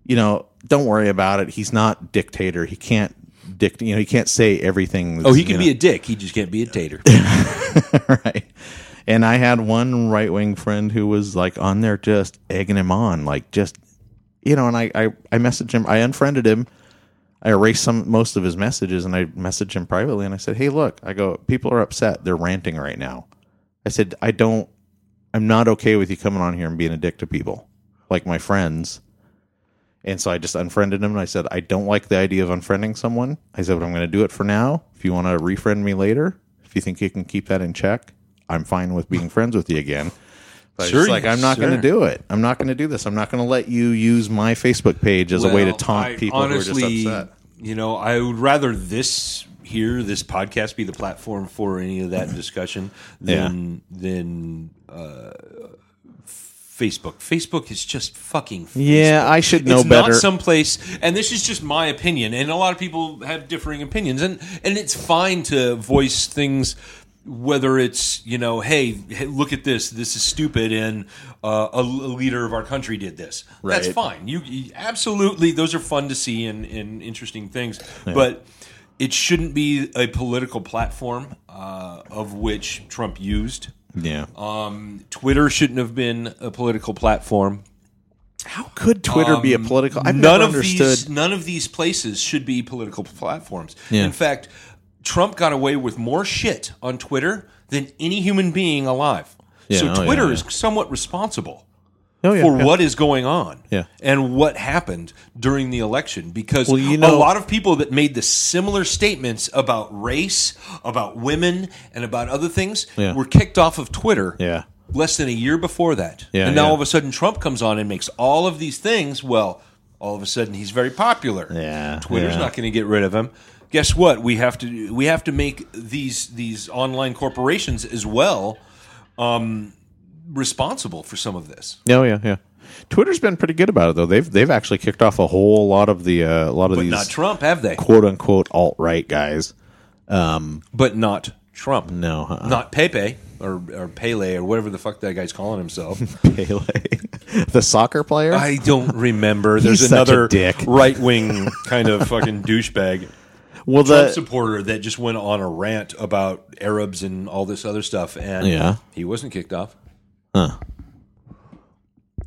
you know, don't worry about it. He's not dictator. He can't dict, you know, he can't say everything. oh, that's, he you can know- be a dick. He just can't be a tater. right? And I had one right wing friend who was like on there just egging him on, like just you know, and I, I I messaged him, I unfriended him. I erased some most of his messages and I messaged him privately and I said, "Hey, look, I go, people are upset. They're ranting right now." I said, "I don't I'm not okay with you coming on here and being a dick to people, like my friends." And so I just unfriended him and I said, "I don't like the idea of unfriending someone." I said, "But I'm going to do it for now. If you want to refriend me later, if you think you can keep that in check, I'm fine with being friends with you again." But Sure, it's like you- I'm not going sure. to do it. I'm not going to do this. I'm not going to let you use my Facebook page as a way to Well, taunt I people who are just upset. You know, I would rather this here, this podcast, be the platform for any of that discussion than than uh, Facebook. Facebook is just fucking. Facebook. Yeah, I should know it's better. Not someplace, and this is just my opinion, and a lot of people have differing opinions, and and it's fine to voice things. Whether it's you know, hey, hey, look at this. This is stupid, and uh, a, a leader of our country did this. That's Right. fine. You, you absolutely those are fun to see and, and interesting things, but it shouldn't be a political platform uh, of which Trump used. yeah. Twitter shouldn't have been a political platform. How could Twitter be a political? I've Um, none never of understood. these none of these places should be political platforms. Yeah. In fact, Trump got away with more shit on Twitter than any human being alive. Yeah, so oh, yeah, Twitter yeah. is somewhat responsible oh, yeah, for yeah. what is going on Yeah. and what happened during the election because Well, you a know- lot of people that made the similar statements about race, about women, and about other things Yeah. were kicked off of Twitter Yeah. less than a year before that. Yeah, and now yeah. all of a sudden Trump comes on and makes all of these things. Well, all of a sudden he's very popular. Yeah, Twitter's yeah. not going to get rid of him. Guess what? We have to we have to make these these online corporations as well um, responsible for some of this. Oh yeah, yeah. Twitter's been pretty good about it though. They've they've actually kicked off a whole lot of the uh, a lot of But these not Trump, have they? quote unquote alt right guys. But not Trump. No, uh-uh. Not Pepe or, or Pele or whatever the fuck that guy's calling himself. Pele, the soccer player. I don't remember. There's He's such a another dick. right wing kind of fucking douchebag well, Trump the supporter that just went on a rant about Arabs and all this other stuff, and Yeah. he wasn't kicked off. Huh.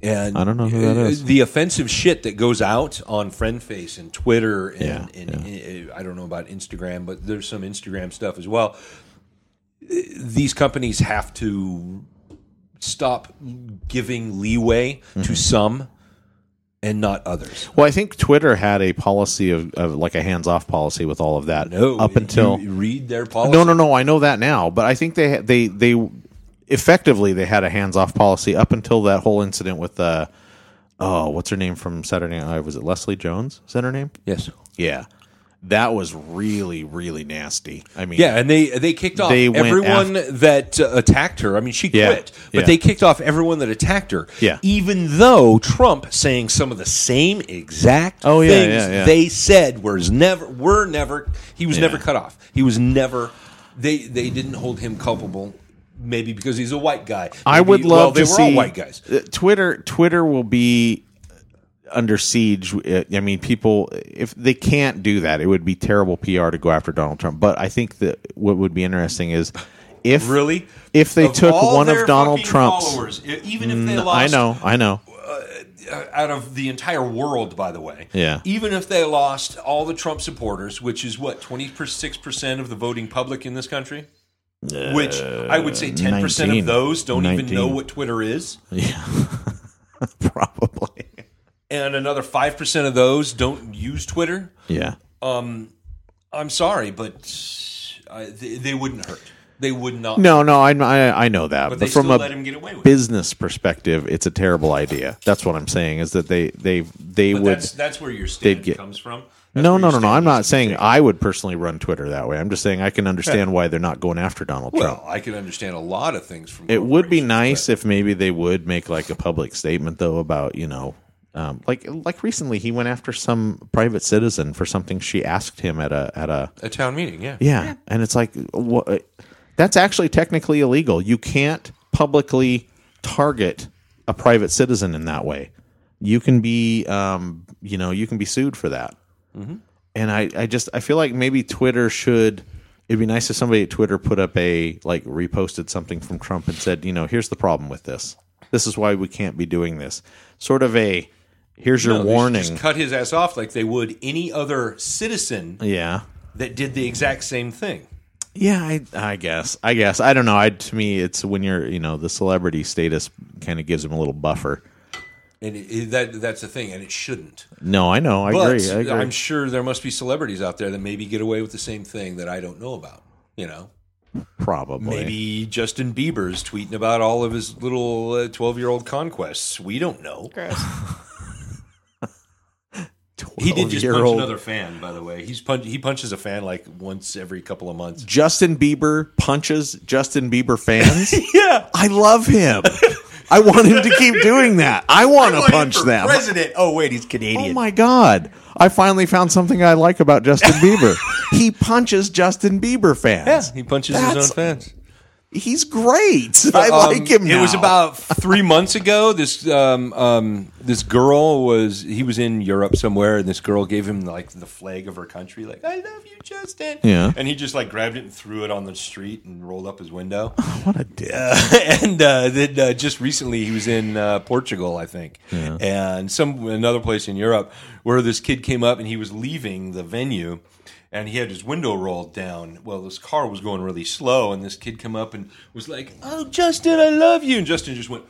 And I don't know who that is. The offensive shit that goes out on FriendFace and Twitter, and, Yeah, and uh, I don't know about Instagram, but there's some Instagram stuff as well. These companies have to stop giving leeway Mm-hmm. to some and not others. well, I think Twitter had a policy of, of like a hands off policy with all of that No, up you until read their policy. No, no, no. I know that now, but I think they they they effectively they had a hands off policy up until that whole incident with uh oh what's her name from Saturday Night Live was it Leslie Jones? Is that her name? Yes. Yeah, that was really really nasty. I mean, Yeah, and they they kicked off They went everyone that uh, attacked her. I mean, she Yeah, quit, but yeah. they kicked off everyone that attacked her. Yeah. even though Trump saying some of the same exact Oh, yeah, things yeah, yeah. they said was never were never he was never cut off. He was never they they didn't hold him culpable. Maybe because he's a white guy. I would Maybe- love well, they to were see all white guys. Uh, Twitter Twitter will be under siege. Uh, I mean, people if they can't do that, it would be terrible PR to go after Donald Trump. But I think that what would be interesting is if Really, if they Of took all one their of Donald fucking Trump's. followers, e- even if they lost, I know, I know. out of the entire world, by the way. Yeah. Even if they lost all the Trump supporters, which is what twenty six percent of the voting public in this country, Uh, which I would say ten percent of 19. those don't even 19. know what Twitter is, Probably. and another five percent of those don't use Twitter. Yeah. I'm sorry, but uh, they, they wouldn't hurt. They would not. No, no, I, I, I know that. But, they from still a let him get away with it. business perspective, it's a terrible idea. That's what I'm saying is that they they they But would. that's that's where your stand get- comes from. That's no, where no, your no, no. stand I'm not is. saying I would personally run Twitter that way. I'm just saying I can understand why they're not going after Donald Trump. Well, I can understand a lot of things from. It would be corporations, nice if maybe they would make like a public statement though about you know. Um, like like recently, he went after some private citizen for something she asked him at a at a but- a town meeting. Yeah, Yeah. And it's like, wha- uh, that's actually technically illegal. You can't publicly target a private citizen in that way. You can be, um, you know, you can be sued for that. Mm-hmm. And I, I just, I feel like maybe Twitter should, it'd be nice if somebody at Twitter put up a, like, reposted something from Trump and said, you know, here's the problem with this. This is why we can't be doing this. Sort of a, Here's your No, they should warning. Just cut his ass off like they would any other citizen yeah. that did the exact same thing. Yeah, I, I guess. I guess. I don't know. I to me, it's when you're, you know, the celebrity status kind of gives him a little buffer. And it, it- that that's the thing, and it shouldn't. No, I know. I But agree. I agree. am sure there must be celebrities out there that maybe get away with the same thing that I don't know about. You know, Probably. maybe Justin Bieber's tweeting about all of his little twelve year old conquests. We don't know. Gross. He did just punch 12-year-old another fan, by the way. He's punch, he punches a fan like once every couple of months. Justin Bieber punches Justin Bieber fans. Yeah, I love him. I want him to keep doing that. I want to punch them. President. Oh wait, he's Canadian. Oh my god! I finally found something I like about Justin Bieber. he punches Justin Bieber Yeah, fans. he punches his That's- own fans. He's great. I like him. Um, It was now. about three months ago. This um, um, this girl was he was in Europe somewhere, and this girl gave him like the flag of her country, like "I love you, Justin." Yeah. and he just like grabbed it and threw it on the street and rolled up his window. what a dick. and uh, then uh, just recently he was in uh, Portugal, I think, and some another place in Europe where this kid came up and he was leaving the venue, and he had his window rolled down. Well, this car was going really slow, and this kid come up and was like, "Oh, Justin, I love you," and Justin just went,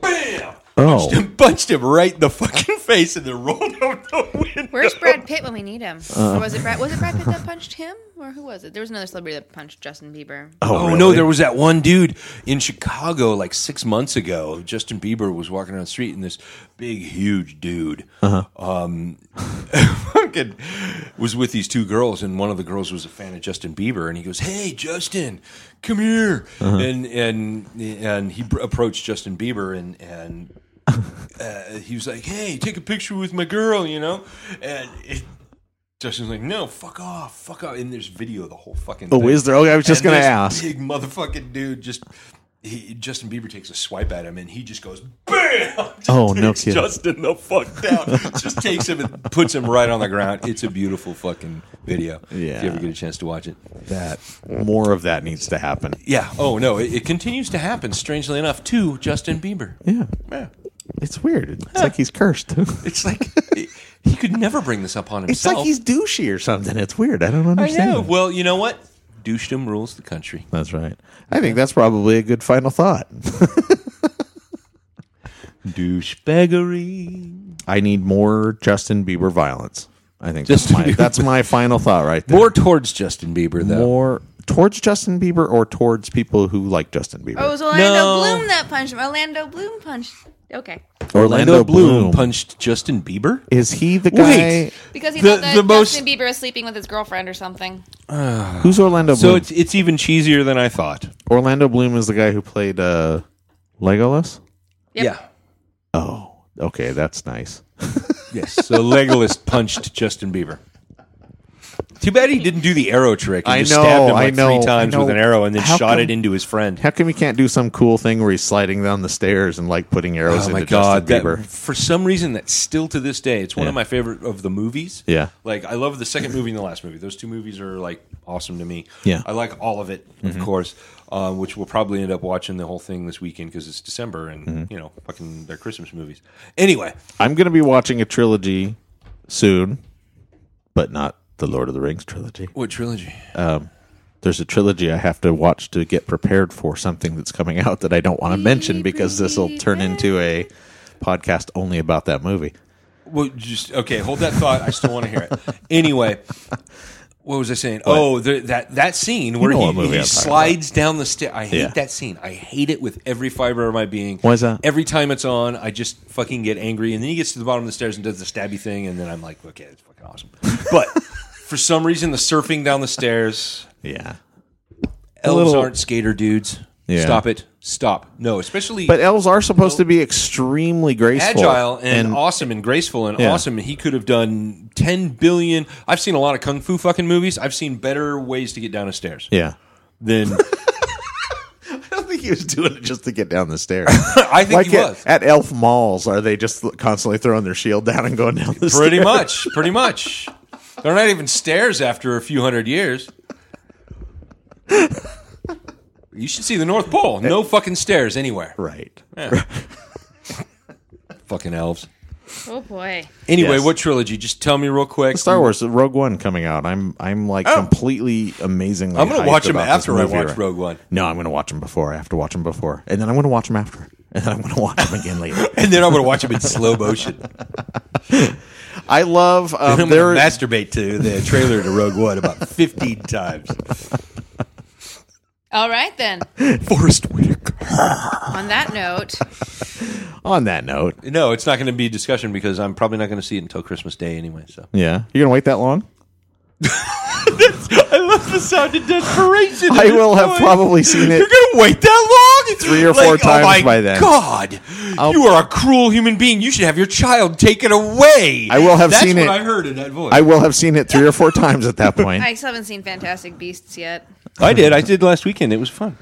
"Bam!" Oh. Punched him, punched him right in the fucking face, and then rolled over the window. Where's Brad Pitt when we need him? Uh. or was it Brad? Was it Brad Pitt that punched him, or who was it? There was another celebrity that punched Justin Bieber. Oh really? no, there was that one dude in Chicago like six months ago. Justin Bieber was walking down the street and this big, huge dude um, fucking was with these two girls, and one of the girls was a fan of Justin Bieber, and he goes, "Hey, Justin, come here," Uh-huh. and and and he br- approached Justin Bieber and and. Uh, he was like, "Hey, take a picture with my girl," you know, and it, Justin's like, "No, fuck off, fuck off." And there's video of the whole fucking. Oh, thing. is there? Okay, I was just And gonna this ask. Big motherfucking dude just. He, Justin Bieber takes a swipe at him, and he just goes bam. Just Oh, no takes kidding. Justin the fuck down. just takes him and puts him right on the ground. It's a beautiful fucking video. Yeah. If you ever get a chance to watch it. that. More of that needs to happen. Yeah. Oh no, it, it continues to happen. Strangely enough, to Justin Bieber. Yeah, Yeah. it's weird. It's like he's cursed. It's like he- he could never bring this up on it's himself. like he's douchey or something. It's weird. I don't I understand. know. it. Well, you know what? Douchedom rules the country. That's right. I think that's probably a good final thought. Douchebaggery. I need more Justin Bieber violence. I think Justin that's, my, Bieber. that's my final thought right there. More towards Justin Bieber though. More towards Justin Bieber or towards people who like Justin Bieber. Oh, it was Orlando No. Bloom that punched him. Orlando Bloom punched. Okay, Orlando Bloom, punched Justin Bieber. is he the guy? Wait. because he The- thought that the most- Justin Bieber was sleeping with his girlfriend or something. Who's Orlando So Bloom? it's it's even cheesier than I thought. Orlando Bloom is the guy who played uh, Legolas. Yep. Yeah. Oh, okay, that's nice. Yes. So Legolas punched Justin Bieber. Too bad he didn't do the arrow trick. He I just know, stabbed him I like know, three times I know. with an arrow and then How shot come- it into his friend. How come he can't do some cool thing where he's sliding down the stairs and like putting arrows Oh into my god! Justin that- Bieber? for some reason, that's still to this day. It's one of Yeah. my favorite of the movies. Yeah. like I love the second movie and the last movie. Those two movies are like awesome to me. Yeah. Mm-hmm. I like all of it, of course. Um, which we'll probably end up watching the whole thing this weekend because it's December and Mm-hmm. you know fucking they're Christmas movies. Anyway, I'm going to be watching a trilogy soon, but not the Lord of the Rings trilogy. what trilogy? There's a trilogy I have to watch to get prepared for something that's coming out that I don't want to mention because this will turn into a podcast only about that movie. Well, just okay. Hold that thought. I still want to hear it. Anyway, what was I saying? Oh, the, that that scene where know what he, movie he I'm talking slides down the stair. I hate Yeah. that scene. I hate it with every fiber of my being. Why is that? Every time it's on, I just fucking get angry. And then he gets to the bottom of the stairs and does the stabby thing, and then I'm like, okay, it's fucking awesome. But for some reason, the surfing down the stairs. Yeah. Elves little- aren't skater dudes. Yeah. Stop it. Stop. No, especially But elves are supposed to be extremely graceful. agile and, awesome and graceful and Yeah. awesome. He could have done 10 billion. I've seen a lot of kung fu fucking movies. I've seen better ways to get down a stairs Yeah. than I don't think he was doing it just to get down the stairs. I think like he at, was. at elf malls, are they just constantly throwing their shield down and going down the stairs? Pretty much. Pretty much. They're not even stairs after a few hundred years. You should see the North Pole. No fucking stairs anywhere. Right. Fucking elves. Oh boy. Anyway, Yes. what trilogy? Just tell me real quick. The Star Wars, the Rogue One coming out. I'm I'm like Oh. completely amazingly. I'm gonna hyped watch 'em about after this I movie watch right- Rogue One. No, I'm gonna watch them before. I have to watch them before, and then I'm gonna watch them after, and then I'm gonna watch them again later. And then I'm going to watch them in slow motion. I love. I'm Um, going to there, masturbate to the trailer to Rogue One about 15 times. All right then. Forrest Whitaker. On that note, On that note, No, it's not going to be a discussion because I'm probably not going to see it until Christmas Day anyway. So yeah, you're gonna wait that long. I love the sound of desperation. I will have probably seen it. You're going to wait that long? Three or four times oh my by then. God, you are a cruel human being. You should have your child taken away. I will have That's seen what it. I heard in that voice. I will have seen it three or four times at that point. I still haven't seen Fantastic Beasts yet. I did. I did last weekend. It was fun.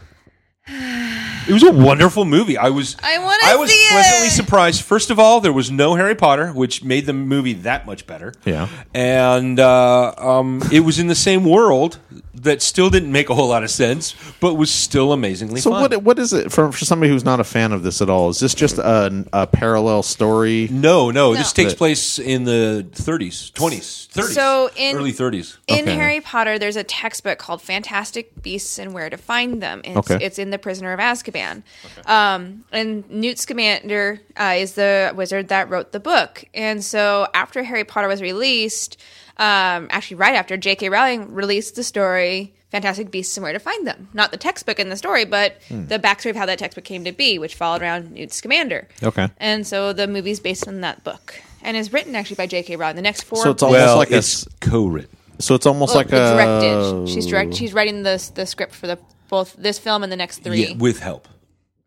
It was a wonderful movie. I was. I wanna I was see pleasantly it. surprised. First of all, there was no Harry Potter, which made the movie that much better. Yeah. And uh, um, it was in the same world that still didn't make a whole lot of sense, but was still amazingly So fun. what what is it for, for somebody who's not a fan of this at all? Is this just a, a parallel story? no, no, This No. takes place in the 30s, 20s, 30s. So in- early 30s. In Okay. Harry Potter, there's a textbook called Fantastic Beasts and Where to Find Them. And it's, Okay. it's in The Prisoner of Azkaban. Um, and Newt Scamander uh, is the wizard that wrote the book. And so after Harry Potter was released, um, actually right after, J.K. Rowling released the story Fantastic Beasts and Where to Find Them. Not the textbook in the story, but Hmm. the backstory of how that textbook came to be, which followed around Newt Scamander. Okay. And so the movie's based on that book. And is written actually by J.K. Rowling. The next four So it's almost Well, like a it's s- co-written. so it's almost like Oh. Well, a Oh, directed. She's direct. She's writing the the script for the both this film and the next three. Yeah, with help.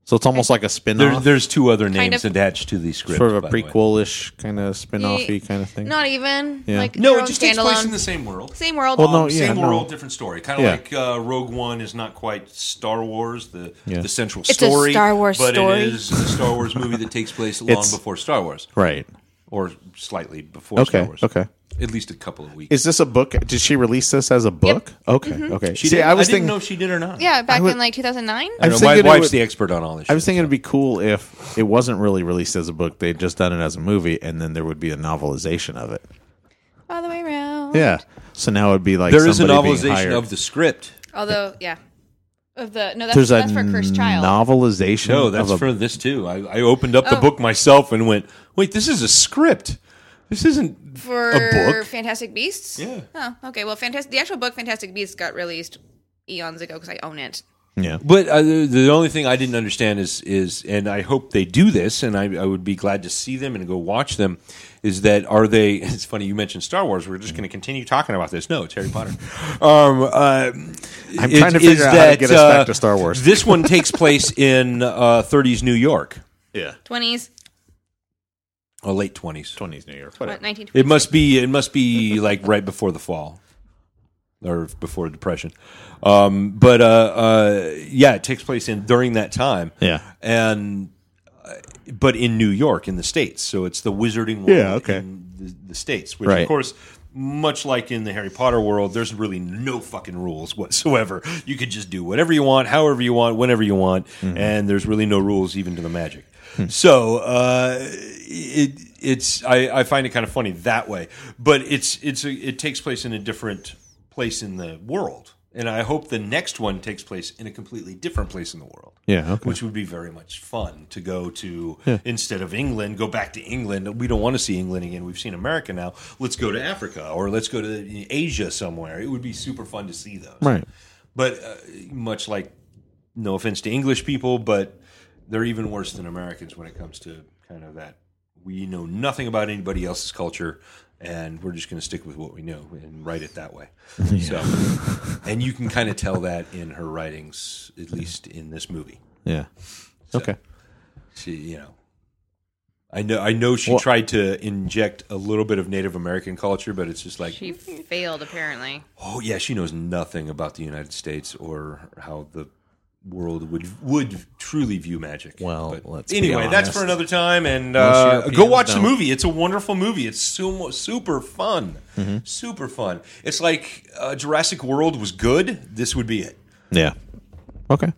so it's almost like a spin There, off, there's two other names of- attached to the script. Uh-huh. sort of a by the way. prequelish kind of spin Ye- offy kind of thing. Not even Yeah. like No, their it own just takes place standalone. in the same world. same world. Well, no, Oh, yeah, same no. world, different story. Kind of Yeah. like uh, Rogue One is not quite Star Wars, the Yeah. the central a story. Star Wars but story. it is a Star Wars movie that takes place long It's- before Star Wars, right. or slightly before Okay, Star Wars. okay. at least a couple of weeks. Is this a book? Did she release this as a book? Okay. Mm-hmm. Okay. she See, did, I was didn't thinking. know if she did or not. yeah, back would- in like 2009. I I don't was know. My thinking it wife's would- the expert on all this. I was shit. thinking it'd be cool if it wasn't really released as a book; they'd just done it as a movie, and then there would be a novelization of it. All the way around. Yeah. So now it'd be like there is a somebody being novelization hired. of the script. Although, yeah, of the no, that's, There's a that's for Cursed Child. novelization. No, that's of a, for this too. I, I opened up the Oh. book myself and went, "Wait, this is a script. This isn't for a book." Fantastic Beasts. Yeah. Oh, okay. Well, fantastic. The actual book Fantastic Beasts got released eons ago because I own it. yeah. But uh, the the only thing I didn't understand is is, and I hope they do this, and I, I would be glad to see them and go watch them. Is that are they? It's funny you mentioned Star Wars. We're just going to continue talking about this. No, it's Harry Potter. um, uh, I'm is- trying to is figure out how to that, get us uh, back to Star Wars. this one takes place in uh, 30s New York yeah. 20s, or late 20s. 20s New York. what, 1920s. It must be. It must be like right before the fall, or before depression. Um, but uh, uh, yeah, it takes place in during that time. Yeah. and uh, but in New York, in the states. So it's the wizarding world. Yeah, okay. In the, the states, which of Right. course. Much like in the Harry Potter world, there's really no fucking rules whatsoever. You could just do whatever you want, however you want, whenever you want, Mm-hmm. and there's really no rules even to the magic. Hmm. So uh, it it's I, I find it kind of funny that way, but it's it's a, it takes place in a different place in the world, and I hope the next one takes place in a completely different place in the world. Yeah, okay. which would be very much fun to go to instead of England, go back to England. We don't want to see England again. We've seen America now. Let's go to Africa or let's go to Asia somewhere. It would be super fun to see those, Right. But uh, much like, no offense to English people, but they're even worse than Americans when it comes to kind of that. We know nothing about anybody else's culture, and we're just going to stick with what we know and write it that way. So, and you can kind of tell that in her writings, at least in this movie. Yeah. Okay. She, you know, I know, I know she Well- tried to inject a little bit of Native American culture, but it's just like, She failed apparently. oh yeah, she knows nothing about the United States or how the world would would truly view magic. Well, let's be anyway, that's honest. for another time. And Most uh, Europeans go watch don't. the movie. It's a wonderful movie. It's so mu- super fun, Mm-hmm. super fun. It's like uh, Jurassic World was good. This would be it. Yeah. Okay.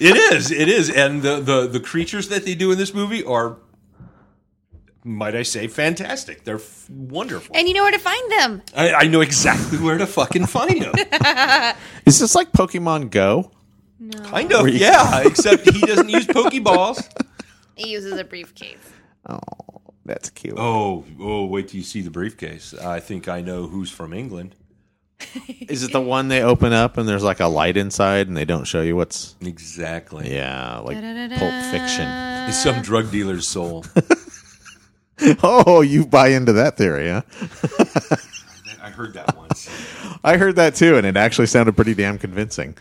It is. It is. And the, the the creatures that they do in this movie are might I say, fantastic. They're f- wonderful. And you know where to find them. I, I know exactly where to fucking find them. Is this like Pokemon Go? kind of, yeah. Except he doesn't use Pokeballs. He uses a briefcase. That's cute. Oh, oh! Wait till you see the briefcase. I think I know who's from England. Is it the one they open up and there's like a light inside and they don't show you what's Exactly. yeah, like Da-da-da-da. Pulp Fiction. It's Uh. some drug dealer's soul. Oh, you buy into that theory, huh? I heard that once. I heard that too, and it actually sounded pretty damn convincing.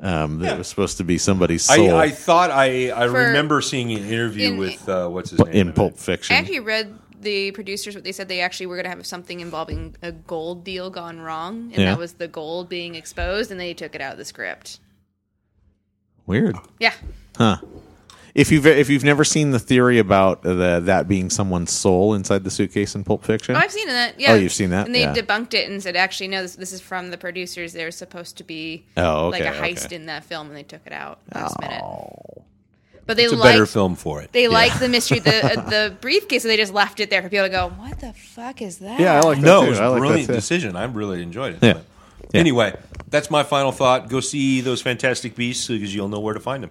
Um, that it was supposed to be somebody's I, soul I thought I I For- remember seeing an interview In- with uh, what's his name in Pulp I Fiction. actually read the producers what they said they actually were going to have something involving a gold deal gone wrong, and Yeah. that was the gold being exposed, and they took it out of the script. Weird, Yeah, Oh, huh? If you've if you've never seen the theory about the, that being someone's soul inside the suitcase in Pulp Fiction, oh, I've seen that. Yeah, Oh, you've seen that? And they Yeah. debunked it and said, actually, no, this, this is from the producers. There was supposed to be Oh, okay, like a heist okay. Oh. in that film, and they took it out last minute. But they It's a liked better film for it. they liked the mystery of the uh, the briefcase, so they just left it there for people to go, what the fuck is that? yeah, I like that No, it too. was I a like brilliant that too. decision. I really enjoyed it. Yeah. But Anyway, that's my final thought. Go see those fantastic beasts because you'll know where to find them.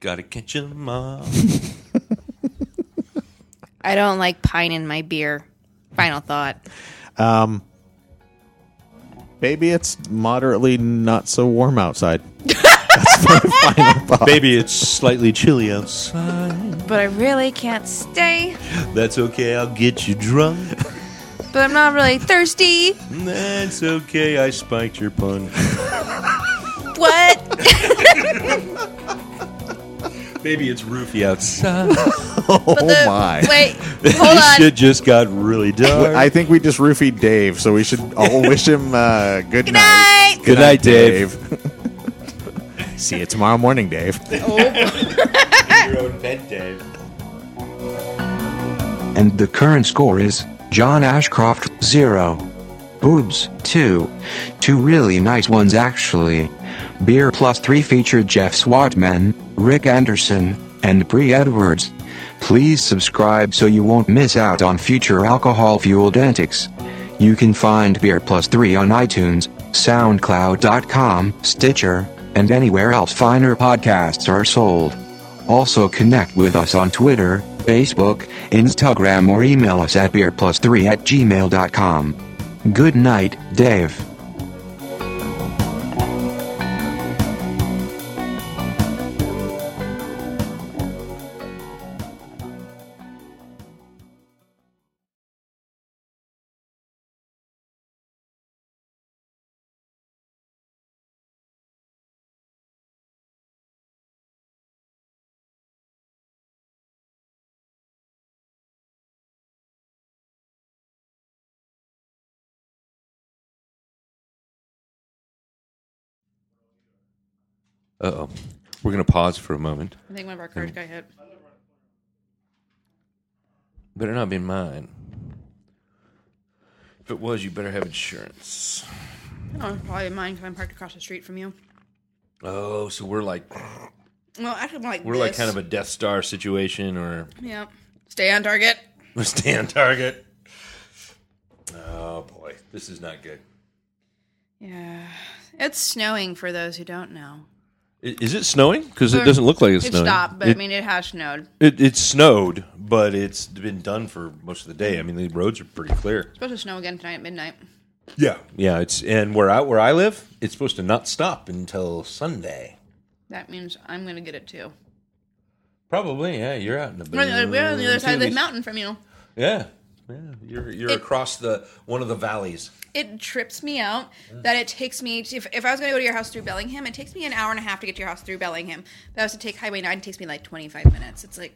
Gotta catch 'em all. I don't like pine in my beer. Final thought. Maybe it's moderately not so warm outside. Baby, it's slightly chilly outside. But I really can't stay. That's okay. I'll get you drunk. But I'm not really thirsty. That's okay. I spiked your pun. What? Baby, it's roofy outside. Oh But the- my! Wait, hold this on. shit just got really dark. I think we just roofied Dave, so we should all wish him uh, good, Good night. night. Good night, Dave. See you tomorrow morning, Dave. your own bed, Dave. and the current score is John Ashcroft 0. Boobs 2. Two really nice ones actually. Beer Plus 3 featured Jeff Swatman, Rick Anderson, and Bree Edwards. Please subscribe so you won't miss out on future alcohol fueled antics. You can find Beer Plus 3 on iTunes, SoundCloud.com, Stitcher, and anywhere else finer podcasts are sold. Also connect with us on Twitter, Facebook, Instagram or email us at beerplus3 at gmail.com. Good night, Dave. Uh oh. We're gonna pause for a moment. I think one of our courage got hit. Better not be mine. If it was, you better have insurance. Oh, it's probably mine because I'm parked across the street from you. Oh, so we're like Well, actually, I'm like we're like kind of a Death Star situation, or a yeah. Stay on target. we're staying target. Oh boy, this is not good. Yeah, it's snowing for those who don't know. I- Is it snowing? Because it Or- doesn't look like it's it snowing. stopped, but it, I mean, it has snowed. it, it snowed, but it's been done for most of the day. I mean, the roads are pretty clear. It's supposed to snow again tonight at midnight. Yeah, yeah. It's and where out where I live, it's supposed to not stop until Sunday. That means I'm gonna get it too. Probably, yeah. You're out in the We're on the- we're on the Mm, other side of the Boonies. mountain from you. Yeah, yeah. You're you're It- across the one of the valleys. It trips me out that it takes me to, if, if I was gonna go to your house through Bellingham, it takes me an hour and a half to get to your house through Bellingham. If I was to take Highway Nine, it takes me like 25 minutes. It's like,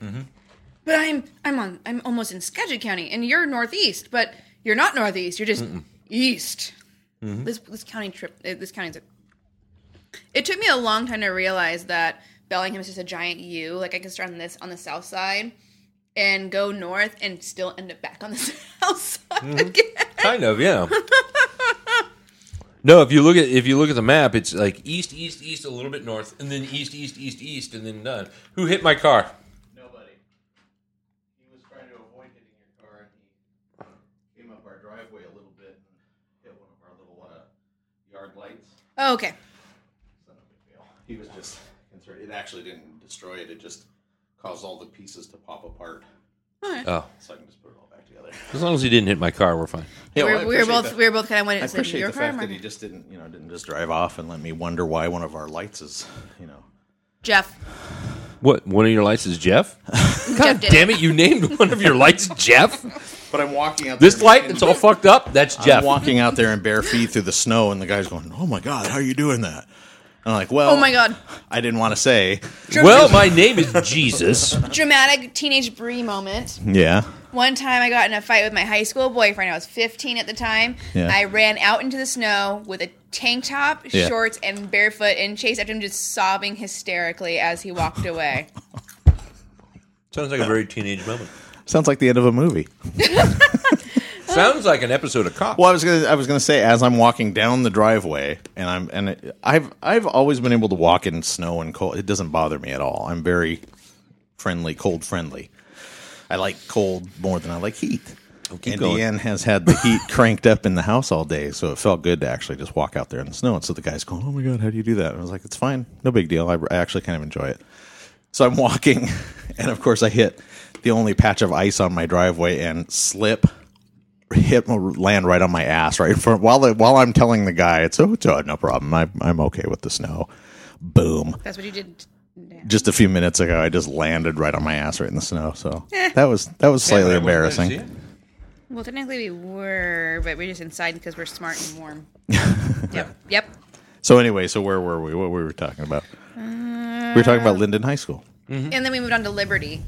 but I'm I'm on I'm almost in Skagit County, and you're northeast, but you're not northeast. You're just east. This this county trip eh, this county's a It took me a long time to realize that Bellingham is just a giant U. Like I can start on this on the south side and go north and still end up back on the south side again. Kind of, yeah. no, if you look at if you look at the map, it's like east, east, east, a little bit north, and then east, east, east, east, and then done. Who hit my car? Nobody. He was trying to avoid Oh, okay. He was just concerned. It actually didn't destroy it. It just caused all the pieces to pop apart. Oh, So I can just put it all back together. as long as he didn't hit my car, we're fine. Yeah, well, I we're, we were appreciate both that. we were both kind of wondering. I is it appreciate your the fact farm or that he just didn't, you know, didn't just drive off and let me wonder why one of our lights is, you know. Jeff? What? One of your lights is Jeff? Jeff did. Damn it! You named one of your lights Jeff. But I'm walking out. This there light in- that's all fucked up. That's I'm Jeff. walking out there in bare feet through the snow, and the guy's going, "Oh my god, how are you doing that?" And I'm like, "Well, Oh my god! I didn't want to say." Well, my name is Jesus. Dramatic teenage Brie moment. Yeah. One time I got in a fight with my high school boyfriend. I was 15 at the time. Yeah. I ran out into the snow with a tank top, Yeah. shorts, and barefoot and chased after him, just sobbing hysterically as he walked away. Sounds like a very teenage moment. Sounds like the end of a movie. Sounds like an episode of Cop. Well, I was gonna, I was gonna say as I'm walking down the driveway, and I'm and it, I've I've always been able to walk in snow and cold. It doesn't bother me at all. I'm very friendly, cold friendly. I like cold more than I like heat. Oh, keep and going. Deanne has had the heat cranked up in the house all day, so it felt good to actually just walk out there in the snow. And so the guy's going, "Oh my god, how do you do that?" And I was like, "It's fine, no big deal. I, I actually kind of enjoy it." So I'm walking, and of course I hit the only patch of ice on my driveway and slip, hit land right on my ass right in front. While the, while I'm telling the guy, it's oh, it's uh, no problem. I, I'm okay with the snow. Boom! That's what you did. Yeah. Just a few minutes ago, I just landed right on my ass right in the snow. So Eh. that was that was slightly embarrassing. Well, technically we were, but we're just inside because we're smart and warm. yep. Yep. So anyway, so where were we? What were we talking about? we were talking about Linden High School. And then we moved on to Liberty.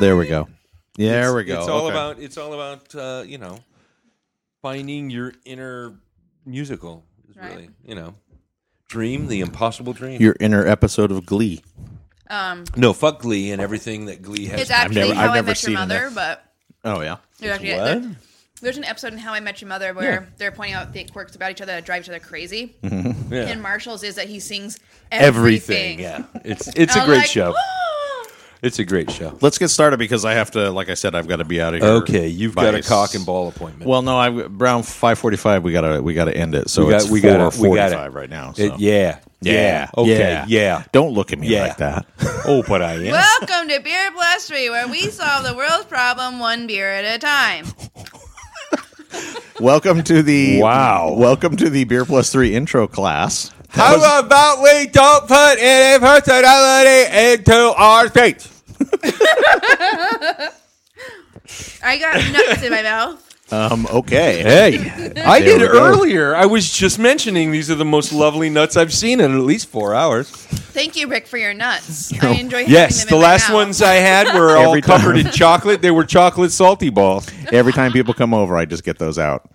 There we go. Yeah, there we go. It's all Okay. about. It's all about. Uh, you know, finding your inner musical. Is Right. really you know, dream the impossible dream. your inner episode of Glee. Um, no, fuck Glee and everything that Glee has. it's actually never- I've How I never Met Your seen Mother, that. but Oh yeah. There's actually- what? there- there's an episode in How I Met Your Mother where they're pointing out the quirks about each other that drive each other crazy. Yeah. And Marshall's is that he sings Mm-hmm. everything. everything. Yeah, it's it's a I'm great like, show. "Ah." It's a great show. Let's get started because I have to, like I said, I've got to be out of here. Okay, you've by got a cock and s- ball appointment. Well, no, I around five forty-five. We gotta, we gotta end it. So we got it's we four got it. We got forty-five it right now. It- so. Uh, yeah, yeah. Okay. Yeah. Don't look at me Yeah. like that. Oh, but I am. Welcome to Beer Blastry, where we solve the world's problem one beer at a time. welcome to the Wow. Welcome to the Beer Plus Three intro class. How about we don't put any personality into our speech? I got nuts in my mouth. Um, okay. Hey, I There did we go. earlier. I was just mentioning these are the most lovely nuts I've seen in at least four hours. Thank you, Rick, for your nuts. I enjoy having Oh, Yes, them the in my last mouth. ones I had were all Every time. covered in chocolate. They were chocolate salty balls. Every time people come over, I just get those out.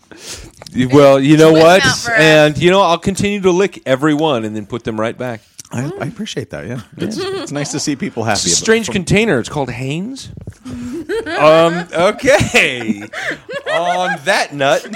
Well, you know Whip 'em what? out for us. And you know, I'll continue to lick every one and then put them right back. I, I appreciate that. Yeah, it's, it's nice to see people happy. It's a about- strange container. It's called Haynes. um. Okay. On that nut.